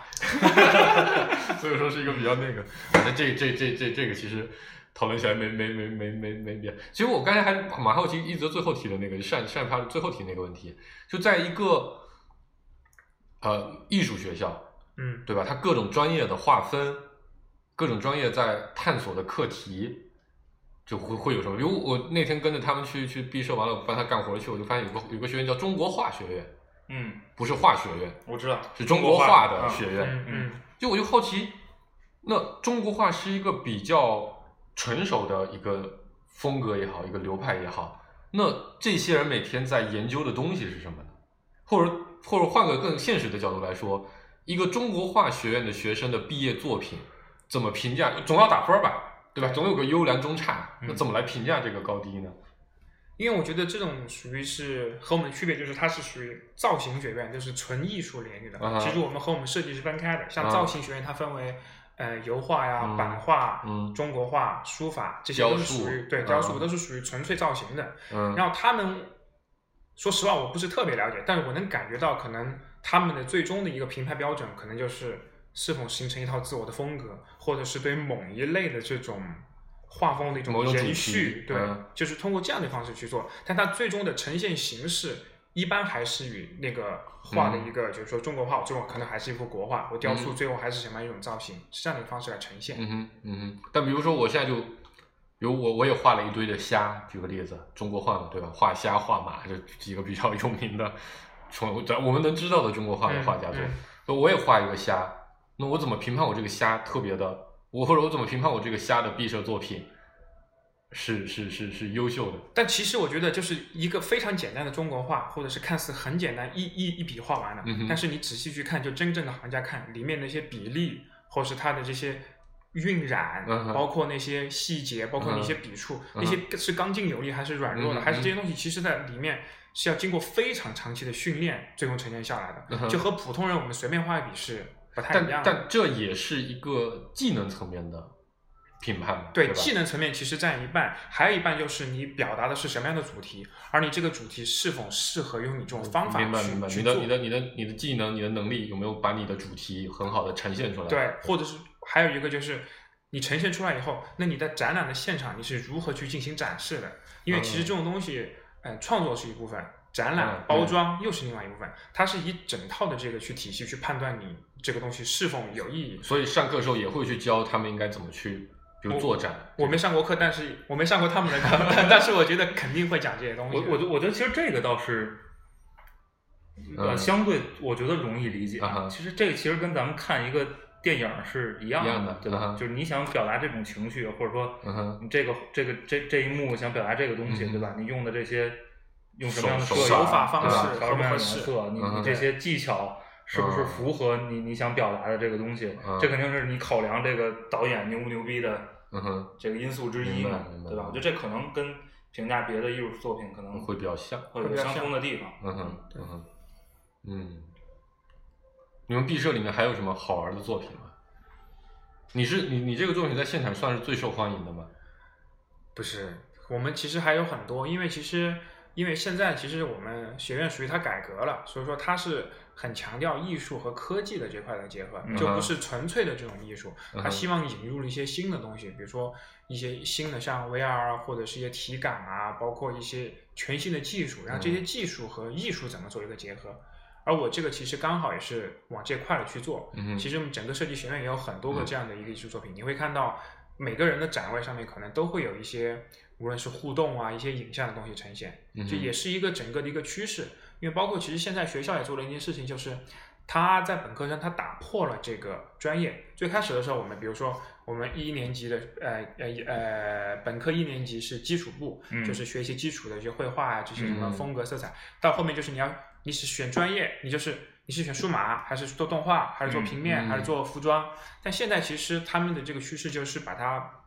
所以说是一个比较那个。反正这这这这这个其实讨论起来没没没没没没别。其实我刚才还蛮好奇一泽最后提的那个善善趴最后提那个问题，就在一个呃艺术学校，嗯，对吧？它各种专业的划分，各种专业在探索的课题，就会会有什么？比如我那天跟着他们去去毕设完了，我帮他干活去，我就发现有个有个学院叫中国画学院，嗯，不是化学院，我知道是中国啊画中国的画学院。嗯嗯就我就好奇，那中国画是一个比较成熟的一个风格也好，一个流派也好，那这些人每天在研究的东西是什么呢？或者或者换个更现实的角度来说，一个中国画学院的学生的毕业作品怎么评价？总要打分吧，对吧？总有个优良中差，那怎么来评价这个高低呢？因为我觉得这种属于是和我们的区别，就是它是属于造型学院，就是纯艺术领域的。啊哈其实我们和我们设计是分开的，像啊造型学院它分为。呃油画呀、嗯版画、嗯中国画、书法这些都是属雕于塑对雕塑嗯都是属于纯粹造型的。嗯然后他们，说实话我不是特别了解，但是我能感觉到可能他们的最终的一个评判标准可能就是是否形成一套自我的风格，或者是对某一类的这种。画风的一某种种主延题续，对，嗯就是通过这样的方式去做，但它最终的呈现形式一般还是与那个画的嗯一个，就是说中国画，我最后可能还是一幅国画，我雕塑嗯最后还是什么样一种造型，是这样的一个方式来呈现。嗯哼，嗯哼。但比如说，我现在就，比如我我也画了一堆的虾，举个例子，中国画嘛，对吧？画虾、画马这几个比较 有名的宠物，咱我们能知道的中国画的嗯画家做嗯。那、我也画一个虾，那我怎么评判我这个虾特别的？我或者我怎么评判我这个虾的毕设作品是是是是优秀的？但其实我觉得，就是一个非常简单的中国画，或者是看似很简单一一一笔画完了，嗯哼但是你仔细去看，就真正的行家看里面的一些比例，或是它的这些晕染，嗯哼包括那些细节，包括那些笔触，嗯哼那些是刚劲有力还是软弱嗯哼的，还是这些东西，其实在里面是要经过非常长期的训练，最终呈现下来的，嗯哼就和普通人我们随便画一笔是不太但一样的。但这也是一个技能层面的评判嘛，对，吧？技能层面其实占一半，还有一半就是你表达的是什么样的主题，而你这个主题是否适合用你这种方法嗯去明白明白，去你做的你的你的你的技能、你的能力有没有把你的主题很好的呈现出来？对，或者是还有一个就是你呈现出来以后，那你在展览的现场你是如何去进行展示的？因为其实这种东西，嗯、创作是一部分，展嗯览包装又是另外一部分，它是以整套的这个去体系去判断你这个东西是否有意义。所以上课的时候也会去教他们应该怎么去，比如我做展。我没上过课，但是我没上过他们的课， 但是我觉得肯定会讲这些东西我的。我觉我觉得其实这个倒是，呃，嗯相对我觉得容易理解。啊哈其实这个其实跟咱们看一个电影是一样一样的对啊吧哈？就是你想表达这种情绪，或者说嗯哼，你这个这个这这一幕想表达这个东西，嗯对吧？你用的这些用什么手样的摄手影法方对吧式调什么样合的颜不合适色，你嗯你这些技巧。是不是符合你你想表达的这个东西？嗯这肯定是你考量这个导演牛不牛逼的嗯哼，这个因素之一明白嘛明，白对吧？我觉得这可能跟评价别的艺术作品可能会比较像。会有相通的地方。嗯哼，嗯哼，嗯。你们毕设里面还有什么好玩的作品吗？你是你你这个作品在现场算是最受欢迎的吗？不是，我们其实还有很多，因为其实因为现在其实我们学院属于它改革了，所以说它是很强调艺术和科技的这块的结合，嗯就不是纯粹的这种艺术，嗯它哼希望引入了一些新的东西，比如说一些新的像 VR 啊，或者是一些体感啊，包括一些全新的技术，然后嗯这些技术和艺术怎么做一个结合。而我这个其实刚好也是往这块儿去做，嗯哼，其实实我们整个设计学院也有很多个嗯这样的一个艺术作品，你会看到每个人的展位上面可能都会有一些，无论是互动啊，一些影像的东西呈现，嗯这也是一个整个的一个趋势。因为包括其实现在学校也做了一件事情，就是他在本科生他打破了这个专业。最开始的时候，我们比如说我们一年级的呃呃呃本科一年级是基础部，嗯就是学一些基础的一些绘画啊，这些什么嗯风格色彩。到后面就是你要你是选专业，你就是你是选数码还是做动画还是做嗯平面、嗯还是做服装，但现在其实他们的这个趋势就是把它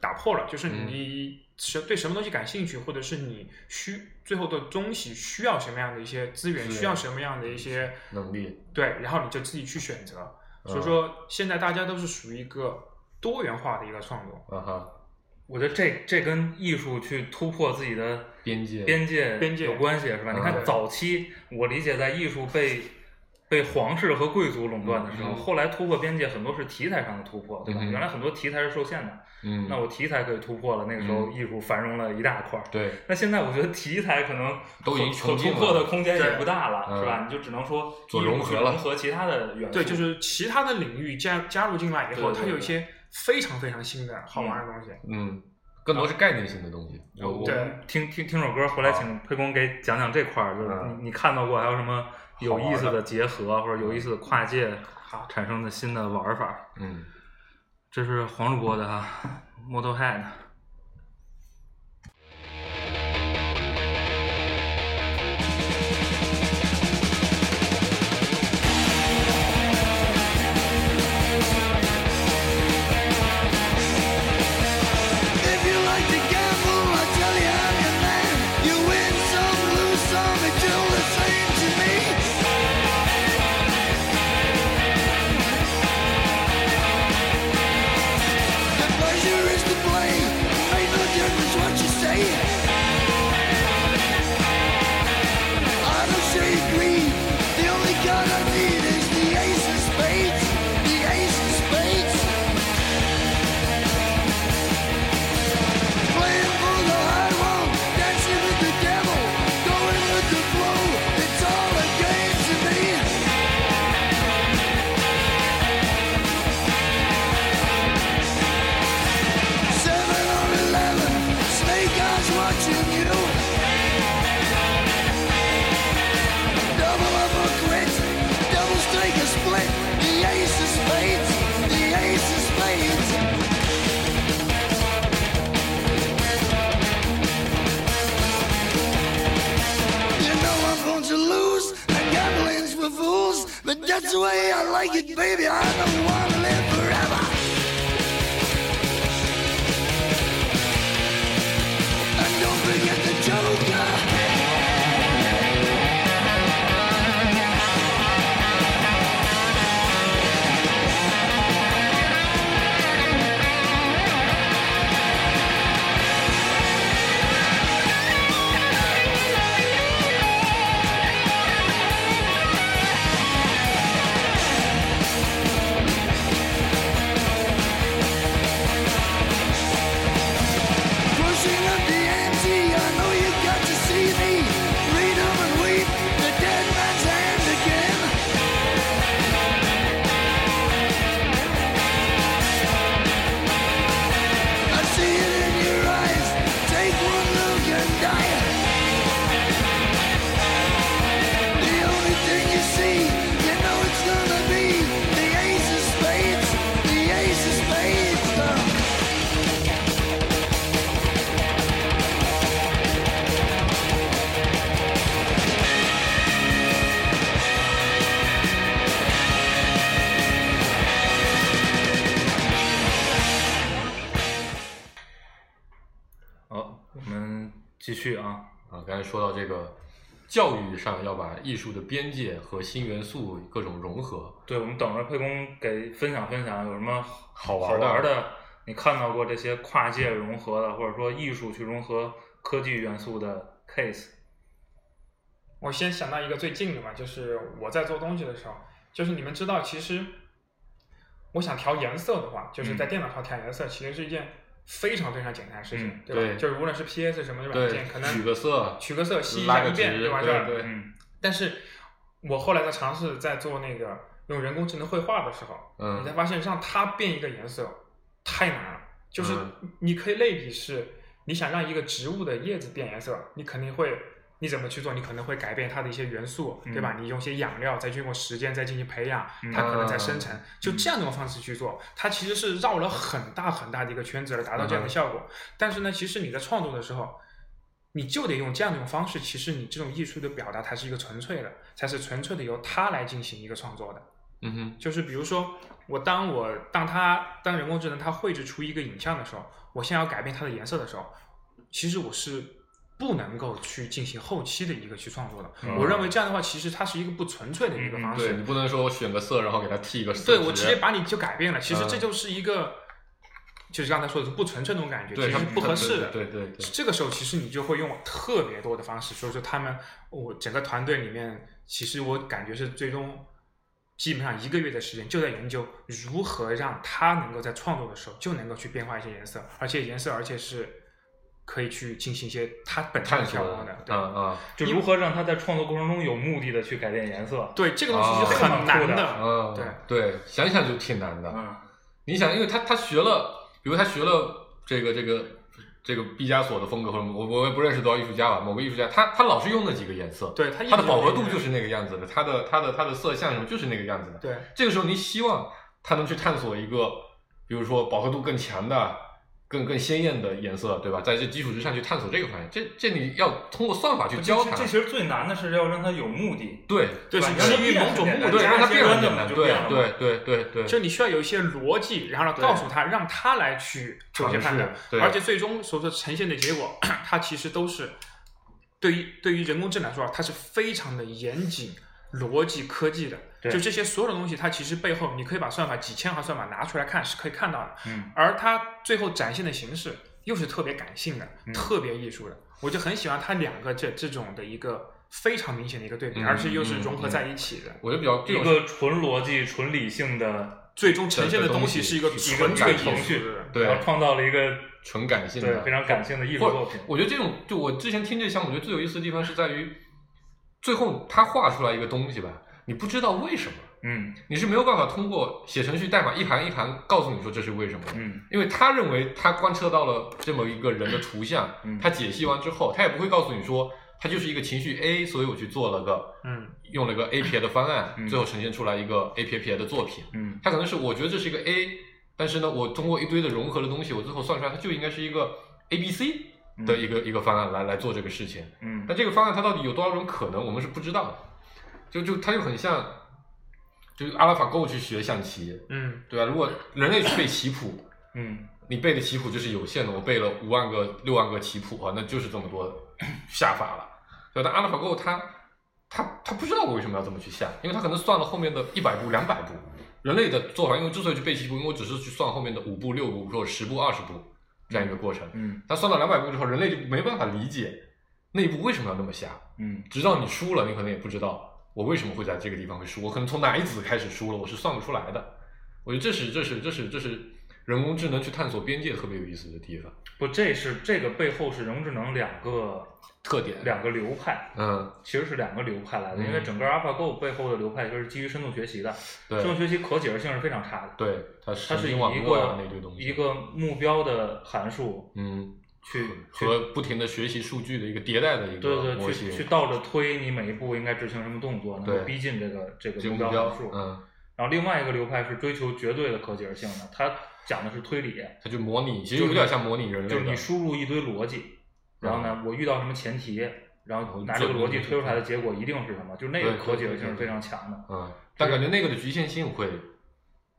打破了，就是嗯你什对什么东西感兴趣，或者是你需最后的东西需要什么样的一些资源，资源需要什么样的一些能力，对，然后你就自己去选择。所以嗯说，现在大家都是属于一个多元化的一个创作，啊哈，我觉得这这跟艺术去突破自己的边界边界边界有关系，是吧？嗯你看早期我理解，在艺术被被皇室和贵族垄断的时候，嗯后来突破边界很多是题材上的突破，对吧？嗯原来很多题材是受限的，嗯，那我题材可以突破了，那个时候嗯艺术繁荣了一大块儿。对，那现在我觉得题材可能都已经可可穷尽突了破的空间也对不大了，嗯是吧？你就只能说做艺术融去合了融合其他的元素，对，就是其他的领域加加入进来以后，对对它有对一些非常非常新的好玩的东西。嗯，更多是概念性的东西。我我对听听听首歌，回来请沛公给讲讲这块儿，就是嗯你你看到过还有什么有意思好玩的结合或者有意思的跨界好产生的新的玩法。嗯。这是黄主播的哈，Motorhead。 If you like to gamble, I tell you I'm your man. You win some, lose some, it's all the same to me. I don't shade green. The only card I need is the ace of spades. The ace of spades. Playing for the high road, dancing with the devil, going with the flow. It's all a game to me. Seven or eleven, snake eyes watching you. Double up or quit. Double strike or split. The ace of spades. The ace of spades. You know I'm going to lose. And gambling's for fools. But that's the way I like it, baby. I don't want to live forever. And don't forget the joker. Pushing up the ante, I know you got to see me. Read 'em and weep, the dead man's hand again. I see it in your eyes, take one look and die. The only thing you see, you know it's gonna be the ace of spades, the ace of spades. uh. 好，我们继续啊。啊，刚才说到这个教育上要把艺术的边界和新元素各种融合，对，我们等着沛公给分享分享有什么好好玩的玩的，你看到过这些跨界融合的，或者说艺术去融合科技元素的 case。我先想到一个最近的嘛，就是我在做东西的时候，就是你们知道，其实我想调颜色的话，就是在嗯电脑上调颜色，其实是一件非常非常简单的事情，嗯对吧？对就是无论是 PS 什么的软对件，取可，能个色，取个色吸一拉下个一遍，直对吧？对这对，嗯但是我后来在尝试在做那个用人工智能绘画的时候，你嗯，才发现让它变一个颜色太难了。就是嗯你可以类比是，你想让一个植物的叶子变颜色，你肯定会你怎么去做？你可能会改变它的一些元素，对吧？你用一些养料，再经过时间再进行培养，嗯它可能再生成。就这样的一种方式去做，它其实是绕了很大很大的一个圈子来达到这嗯样的效果。但是呢，其实你在创作的时候，你就得用这样的一种方式，其实你这种艺术的表达才是一个纯粹的，才是纯粹的由它来进行一个创作的。嗯哼，就是比如说，我当我当它当人工智能它绘制出一个影像的时候，我现在要改变它的颜色的时候，其实我是不能够去进行后期的一个去创作的。嗯我认为这样的话，其实它是一个不纯粹的一个方式。嗯对你不能说我选个色，然后给它剃一个色对值我直接把你就改变了，其实嗯这就是一个，就是刚才说的是不纯粹那种感觉，对其实它不合适的。对对对对这个时候其实你就会用特别多的方式，所以说他们我整个团队里面，其实我感觉是最终基本上一个月的时间就在研究如何让它能够在创作的时候就能够去变化一些颜色，而且颜色而且是可以去进行一些它本身探的索调光的的，，对。嗯嗯就如何让他在创作过程中有目的的去改变颜色。对这个东西哦是很难的，嗯，对对，想想就挺难的，嗯你想，因为他他学了，比如他学了这个这个这个毕加索的风格，或者我我也不认识多少艺术家吧，某个艺术家，他他老是用那几个颜色，对它一他的直饱有和这度个就是那个样子的，他的他的他的色相什么就是那个样子的。对这个时候你希望他能去探索一个，比如说饱和度更强的、更更鲜艳的颜色，对吧？在这基础之上去探索这个方向，这这你要通过算法去教这他这。其实最难的是要让他有目的，对对是吧基于某种目的，对，让他变得简简单单，就对变了嘛对对对对，就你需要有一些逻辑，然后呢对告诉他，让他来去做一些判断尝试，对而且最终所说呈现的结果，它其实都是对于对于人工智能来说，它是非常的严谨、逻辑、科技的。对就这些所有的东西，它其实背后你可以把算法几千行算法拿出来看，是可以看到的。嗯，而它最后展现的形式，又是特别感性的，嗯特别艺术的，我就很喜欢它两个这这种的一个非常明显的一个对比，嗯而且又是融合在一起的，我就比较这一种个纯逻辑、纯理性的，最终呈现的这个东东西西是一个一纯个纯粹艺情术绪的。，对然后创造了一个纯感性对的，非常感性的艺术或作品。我觉得这种，就我之前听这项，我觉得最有意思的地方是在于，最后他画出来一个东西吧，你不知道为什么，嗯你是没有办法通过写程序代码一行一行告诉你说这是为什么的。嗯因为他认为他观测到了这么一个人的图像，嗯他解析完之后，他也不会告诉你说他就是一个情绪 A，所以我去做了个嗯，用了个 A P I 的方案，嗯最后呈现出来一个 A P P I 的作品。嗯它可能是我觉得这是一个 A，但是呢，我通过一堆的融合的东西，我最后算出来它就应该是一个 A B C 的一个、一个方案来来做这个事情。嗯那这个方案它到底有多少种可能，我们是不知道的。就就它就很像，就是阿拉法狗去学象棋，嗯，对吧？如果人类去背棋谱，嗯你背的棋谱就是有限的，我背了五万个、六万个棋谱啊，那就是这么多 下法了。对，但阿尔法狗它它它不知道我为什么要这么去下，因为它可能算了后面的一百步、两百步。人类的做法，因为之所以去背棋谱，因为我只是去算后面的五步、六步或者十步、二十步这样一个过程。嗯它算到两百步之后，人类就没办法理解那一步为什么要那么下，嗯直到你输了，你可能也不知道我为什么会在这个地方会输，我可能从哪一子开始输了，我是算不出来的。我觉得这是这是这是这是人工智能去探索边界特别有意思的地方不，这是这个背后是人工智能两个特点。两个流派，嗯，其实是两个流派来的，嗯因为整个 AlphaGo 背后的流派就是基于深度学习的，深度对学习可解释性是非常差的，对，它它是是以网一络啊个那堆东西，一个目标的函数嗯去去和不停的学习数据的一个迭代的一对个对，模去型，去倒着推，你每一步应该执行什么动作，能够对逼近这个这个这个目标目标函数。，嗯，然后另外一个流派是追求绝对的可解释性的，它讲的是推理，它就模拟，其就是实有点像模拟人类就是的你输入一堆逻辑，然后嗯呢，我遇到什么前提，然后拿这个准逻辑推出来的结果一定是什么，就是那个对可解释性是对对非常强的。嗯，但感觉那个的局限性会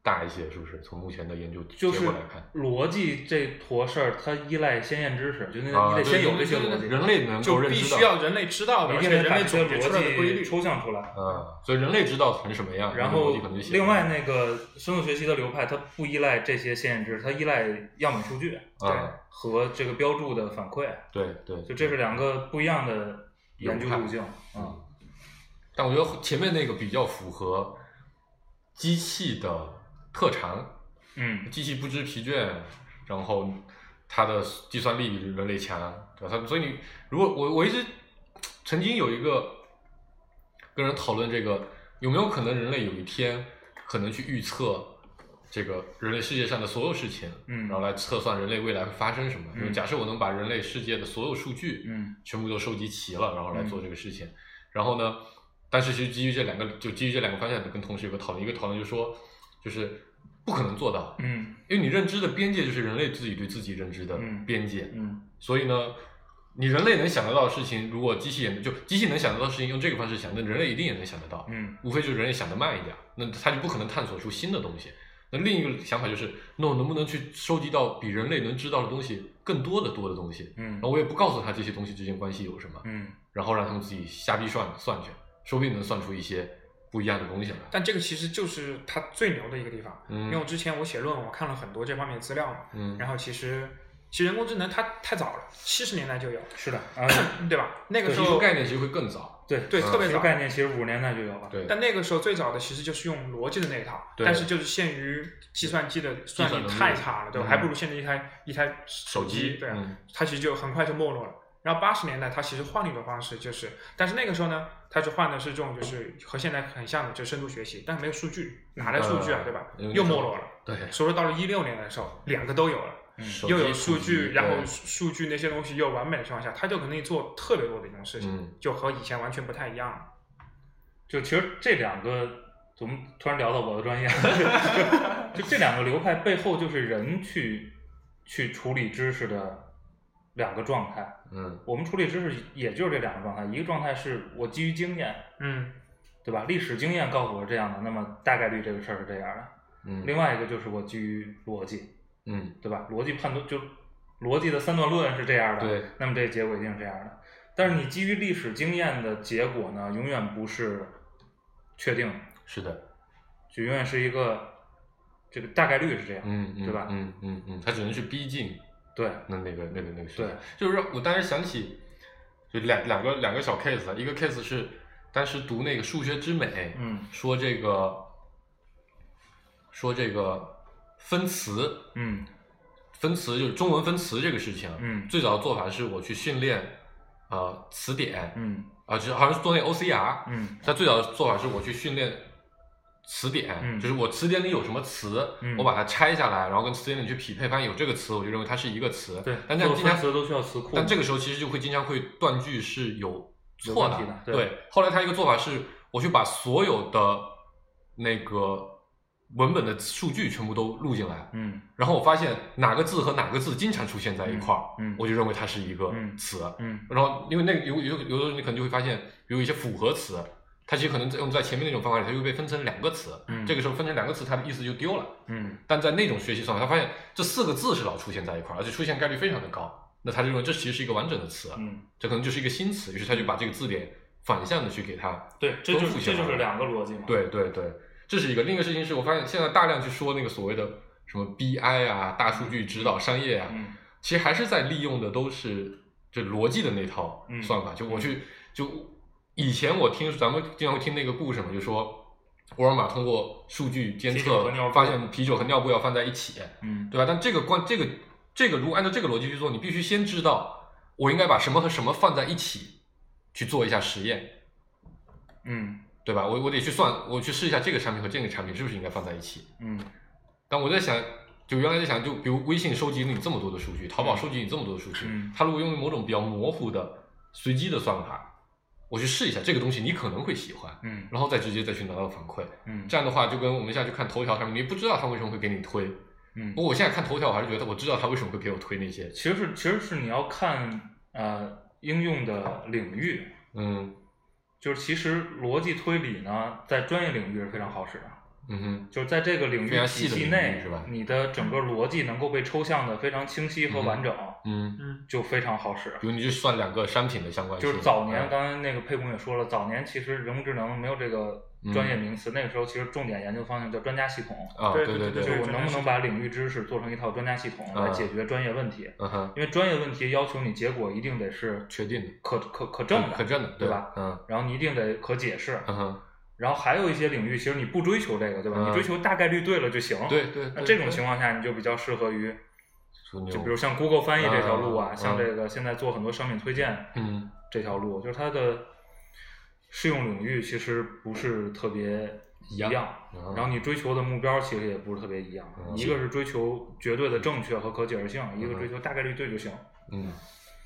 大一些，是不是？从目前的研究结就是果来看。逻辑这坨事儿，它依赖先验知识，就那、啊你得对先有对这些对逻对辑，人类能就够认必知须到要人类知道的，一而定且得人把类这总个结出来的规逻辑律。抽象出来。嗯，所以人类知道成什么样，然那个逻后辑可能就写啊另外成那个深度学习的流派，它不依赖这些限制，它依赖样本数据这样啊，和这个标注的反馈，对对，就这是两个不一样的研究路径啊。嗯。但我觉得前面那个比较符合机器的特长，嗯机器不知疲倦，然后它的计算力比人类强，对吧？它所以你如果我我一直曾经有一个跟人讨论这个有没有可能人类有一天可能去预测这个人类世界上的所有事情，嗯然后来测算人类未来会发生什么。嗯因为假设我能把人类世界的所有数据，嗯全部都收集齐了，然后来做这个事情。然后呢，但是其实基于这两个，就基于这两个方向，跟同事有个讨论，一个讨论就说，就是不可能做到，嗯因为你认知的边界就是人类自己对自己认知的嗯边界。嗯所以呢，你人类能想得到的事情，如果机器也能就机器能想得到的事情，用这个方式想，那人类一定也能想得到。嗯无非就是人类想得慢一点，那他就不可能探索出新的东西。那另一个想法就是，那我能不能去收集到比人类能知道的东西更多的多的东西？嗯然后我也不告诉他这些东西之间关系有什么，嗯然后让他们自己瞎逼算算去，说不定能算出一些不一样的东西来。但这个其实就是它最牛的一个地方，因为我嗯之前我写论文，我看了很多这方面的资料嘛，嗯，然后其实其实人工智能它太早了，七十年代就有，是的啊，对吧？那个提时出候概念嗯其实会更早。对对特别这早个，概念其实五十年代就有了。对，但那个时候最早的其实就是用逻辑的那一套，对但是就是限于计算机的算计算力能力太差了，对嗯吧？还不如现在一台一台手手机对啊，嗯它其实就很快就没落了。然后八十年代，它其实换了一种方式，就是，但是那个时候呢，它是换的是这种，就是和现在很像的，就是深度学习，但是没有数据，哪来数据啊，嗯对吧？嗯又没落了。对，所以说到了一六年的时候，两个都有了，手又有机数普及据，然后对数数据那些东西又完美的情况下，它就可能做特别多的一种事情，嗯就和以前完全不太一样了。就其实这两个，怎么突然聊到我的专业？ 就这两个流派背后就是人去去处理知识的两个状态。嗯我们处理知识也就是这两个状态，一个状态是我基于经验，嗯对吧？历史经验告诉我是这样的，那么大概率这个事儿是这样的。嗯，另外一个就是我基于逻辑，嗯对吧？逻辑判断就逻辑的三段论是这样的，对，那么这个结果一定是这样的。但是你基于历史经验的结果呢，永远不是确定的，是的，就永远是一个这个大概率是这样。嗯嗯对吧嗯嗯嗯，他只能去逼近对，那那个那个那个事情对，就是让我当时想起，就两两个两个小 case，啊一个 case 是当时读那个数学之美，嗯说这个说这个分词嗯分词就是中文分词这个事情，嗯最早的做法是我去训练呃词典啊、嗯就是好像是做那 OCR，嗯它最早的做法是我去训练词典，嗯就是我词典里有什么词，嗯我把它拆下来，然后跟词典里去匹配，发现有这个词，我就认为它是一个词。对但这样做经常分词都需要词库但这个时候其实就会经常会断句是有有错问题的对后来他一个做法是，我去把所有的那个文本的数据全部都录进来，嗯然后我发现哪个字和哪个字经常出现在一块儿，嗯嗯我就认为它是一个嗯词。嗯然后因为那个有有有的时候你可能就会发现，比如一些复合词，它其实可能在用在前面那种方法里，它又被分成两个词，嗯这个时候分成两个词，它的意思就丢了。嗯但在那种学习算法，他发现这四个字是老出现在一块儿，而且出现概率非常的高，那他就认为这其实是一个完整的词，嗯，这可能就是一个新词，于是他就把这个字典反向的去给它。对，这就丰富是这性就了是两个逻辑嘛。对对对，这是一个。另一个事情是我发现现在大量去说那个所谓的什么 BI 啊、大数据指导商业啊，嗯，其实还是在利用的都是就逻辑的那套嗯算法。就我去就以前我听咱们经常会听那个故事嘛，就说沃尔玛通过数据监啤酒测和尿布发现啤酒和尿布要放在一起，嗯对吧？但这个关这个这个如果按照这个逻辑去做，你必须先知道我应该把什么和什么放在一起去做一下实验，嗯对吧？我我得去算，我去试一下这个产品和这个产品是不是应该放在一起。嗯但我在想，就原来在想，就比如微信收集你这么多的数据，淘宝嗯收集你这么多的数据，嗯它如果用某种比较模糊的、随机的算法，我去试一下这个东西，你可能会喜欢，嗯然后再直接再去拿到反馈。嗯这样的话，就跟我们现在去看头条上面，你不知道它为什么会给你推。嗯不过我现在看头条，我还是觉得我知道它为什么会给我推那些。其实是其实是你要看呃应用的领域，嗯就是其实逻辑推理呢，在专业领域是非常好使的，嗯哼，就是在这个领域非常体细的系领内域是吧，你的整个逻辑能够被抽象的非常清晰和完整，嗯，嗯，就非常好使。比如你就算两个商品的相关性，就是早年，嗯刚才那个沛公也说了，早年其实人工智能没有这个专嗯业名词，那个时候其实重点研究方向叫专家系统，啊，对对对就对是对，我能不能把领域知识做成一套专家系统来嗯解决专业问题。嗯哼，因为专业问题要求你结果一定得是确定的，可可可证的，可证的，对吧？？嗯然后你一定得可解释，嗯哼，然后还有一些领域其实你不追求这个，对吧？嗯你追求大概率对了就行。对对，那对这种情，况下你就比较适合于，对就比如，像 Google 翻译这条路啊，嗯像这个现在做很多商品推荐吹牛嗯。这条路，就是它的适用领域其实不是特别一样嗯然后你追求的目标其实也不是特别一样，嗯一个是追求绝对的正确和可解释性，一个追求大概率对就行。嗯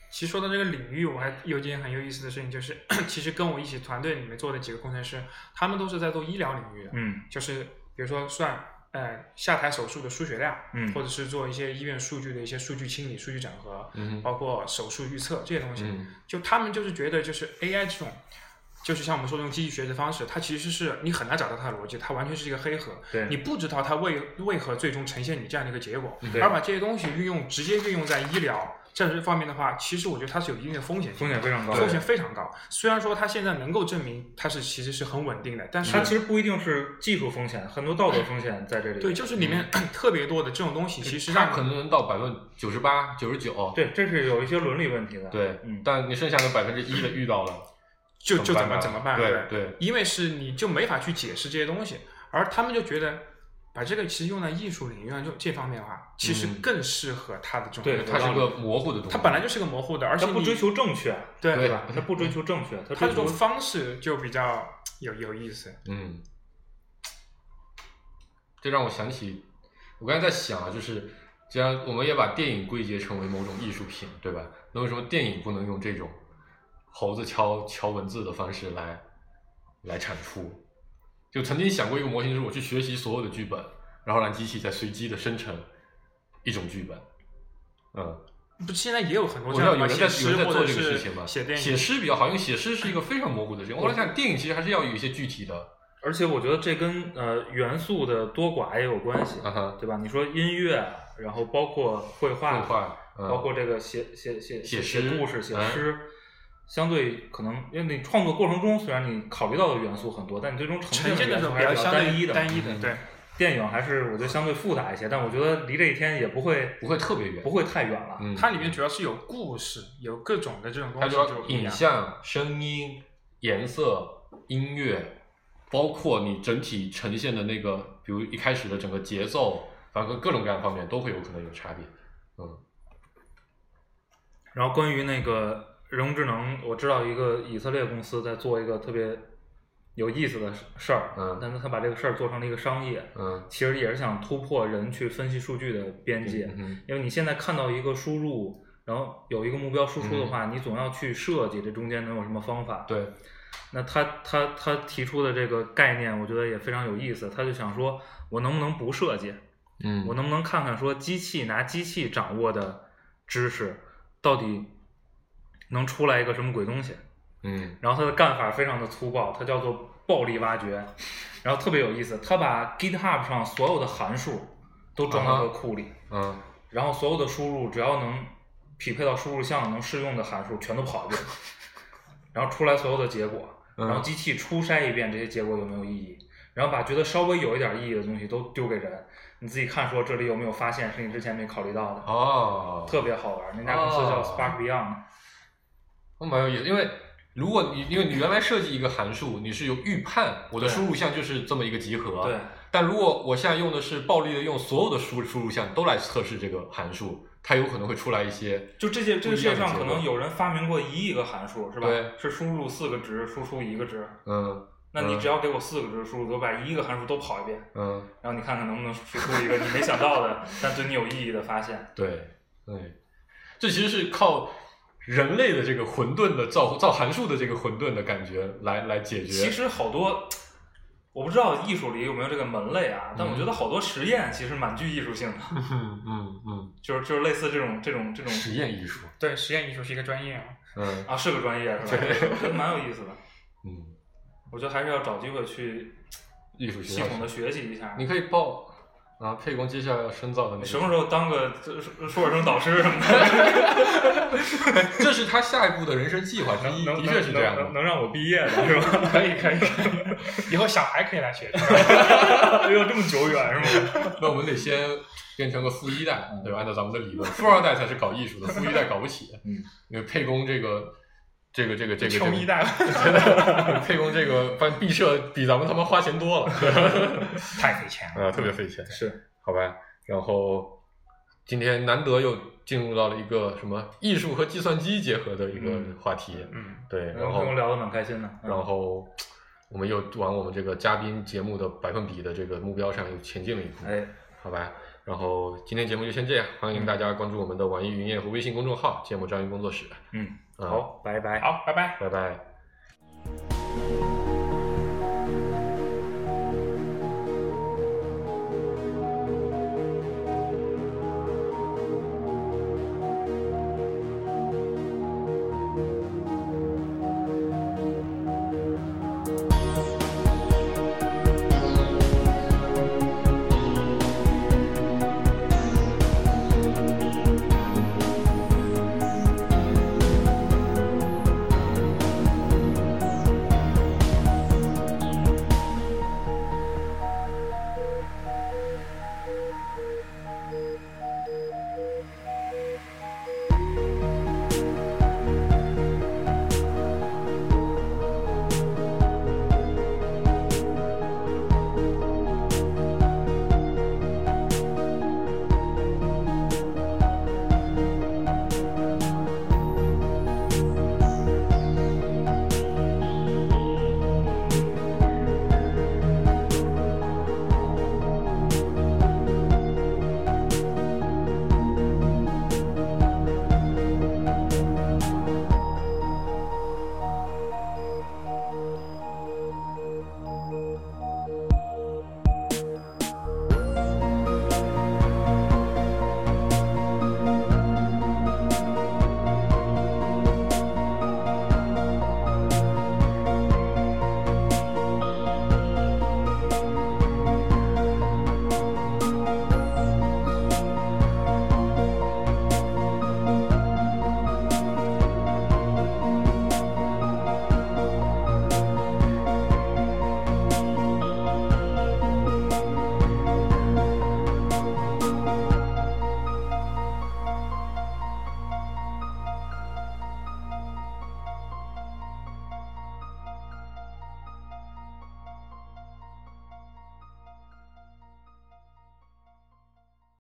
其实说到这个领域，我还有一件很有意思的事情，就是 其实跟我一起团队里面做的几个工程师，他们都是在做医疗领域的，嗯就是比如说算呃下台手术的输血量，嗯或者是做一些医院数据的一些数据清理、数据整合，嗯包括手术预测这些东西，嗯就他们就是觉得就是 AI 这种。就是像我们说这种机器学习方式，它其实是你很难找到它的逻辑，它完全是一个黑盒，对你不知道它为为何最终呈现你这样的一个结果对，而把这些东西运用直接运用在医疗这些方面的话，其实我觉得它是有一定的风险性风的，险非常高。风险非常高。虽然说它现在能够证明它是其实是很稳定的，但是它其实不一定是技术风险，很多道德风险在这里。对，就是里面特别多的这种东西，其实它让可能能到百分之九十八、九十九，对，这是有一些伦理问题的。对嗯，但你剩下的百分之一的遇到了，就就怎办么呢怎么办？对对，因为是你就没法去解释这些东西，而他们就觉得把这个其实用在艺术领域上啊就这方面的话，其实嗯更适合他的这种。对它是个模糊的东西，它本来就是个模糊的，而且他不你追求正确，对对吧？他不追求正确，他它追求这种方式就比较有有意思。嗯，这让我想起，我刚才在想啊，就是既然我们也把电影归结成为某种艺术品，对吧？那为什么电影不能用这种猴子敲敲文字的方式来来产出？就曾经想过一个模型，就是我去学习所有的剧本，然后让机器再随机的生成一种剧本。嗯，不，现在也有很多我这知道样有的人在写有诗人在或做者这个是事情吧？写电写影，诗比较好，因为写诗是一个非常模糊的事情。我在想，电影其实还是要有一些具体的，而且我觉得这跟呃元素的多寡也有关系，啊哈，对吧？你说音乐，然后包括绘画，绘画，嗯包括这个写写写写写诗故事、写嗯诗，相对可能因为你创作过程中，虽然你考虑到的元素很多，但你最终呈现呈现的元时素候还是较比较相单一对的。单一的嗯，对。电影还是我觉得相对复杂一些，但我觉得离这一天也不会不会特别远不。会太远了。嗯，它里面主要是有故事，有各种的这种东它西，主就要不一影样。像、声音、颜色、音乐，包括你整体呈现的那个，比如一开始的整个节奏，反正各种各样方面都会有可能有差别。嗯，然后关于那个人工智能，我知道一个以色列公司在做一个特别有意思的事儿，嗯但是他把这个事儿做成了一个商业，嗯，其实也是想突破人去分析数据的边界，嗯因为你现在看到一个输入，然后有一个目标输出的话，你总要去设计这中间能有什么方法。嗯对，那他他他提出的这个概念，我觉得也非常有意思。他就想说，我能不能不设计？嗯，我能不能看看说机器拿机器掌握的知识，到底能出来一个什么鬼东西？嗯然后他的干法非常的粗暴，它叫做暴力挖掘，然后特别有意思，他把 GitHub 上所有的函数都装啊到这个库里，嗯然后所有的输入只要能匹配到输入项能适用的函数全都跑一遍，然后出来所有的结果，嗯然后机器初筛一遍这些结果有没有意义，然后把觉得稍微有一点意义的东西都丢给人，你自己看说这里有没有发现是你之前没考虑到的，哦，特别好玩。那家公司叫哦 Spark Beyond，我蛮有意思，因为如果你因为你原来设计一个函数，你是有预判，我的对输入项就是这么一个集合，对。但如果我现在用的是暴力的用所有的输输入项都来测试这个函数，它有可能会出来一些就这些，这个世界上可不一样的能结果有人发明过一亿个函数，是吧？对是输入四个值，输出一个值。嗯那你嗯只要给我四个值的输入，我把一个函数都跑一遍，嗯然后你看看能不能输出一个你没想到 的，但对你有意义的发现。对对，这其实是靠人类的这个混沌的造造函数的这个混沌的感觉来来解决。其实好多，我不知道艺术里有没有这个门类啊，但我觉得好多实验其实蛮具艺术性的，嗯嗯嗯，就是就是类似这种这种这种实验艺术，对，实验艺术是一个专业嘛。嗯啊，是个专业是吧？我觉得蛮有意思的。嗯，我觉得还是要找机会去艺术系学统校的，学习一下。你可以报啊，沛公接下来要深造的那个什么时候当个呃硕士生导师什么的？这是他下一步的人生计划之一，的确是这样能的。能让我毕业的是吧？可以可以，以后小孩可以来学。要这么久远是吗？ 那我们得先变成个富一代，嗯对吧？按照咱们的理论，富二代才是搞艺术的，富一代搞不起。嗯，因为沛公这个。这个这个这个这 穷个 一代吧沛公这个办毕设比咱们他妈花钱多了， 太费钱了。啊，特别费钱，是好吧？然后今天难得又进入到了一个什么艺术和计算机结合的一个嗯话题，嗯，对，跟然后我聊得蛮开心的。嗯然后我们又往我们这个嘉宾节目的百分比的这个目标上又前进了一步，哎，好吧？然后今天节目就先这样，欢迎大家关注我们的网易云音乐和微信公众号“芥末章鱼工作室嗯，”。嗯，，好，拜拜。好，拜拜。拜拜。 Thank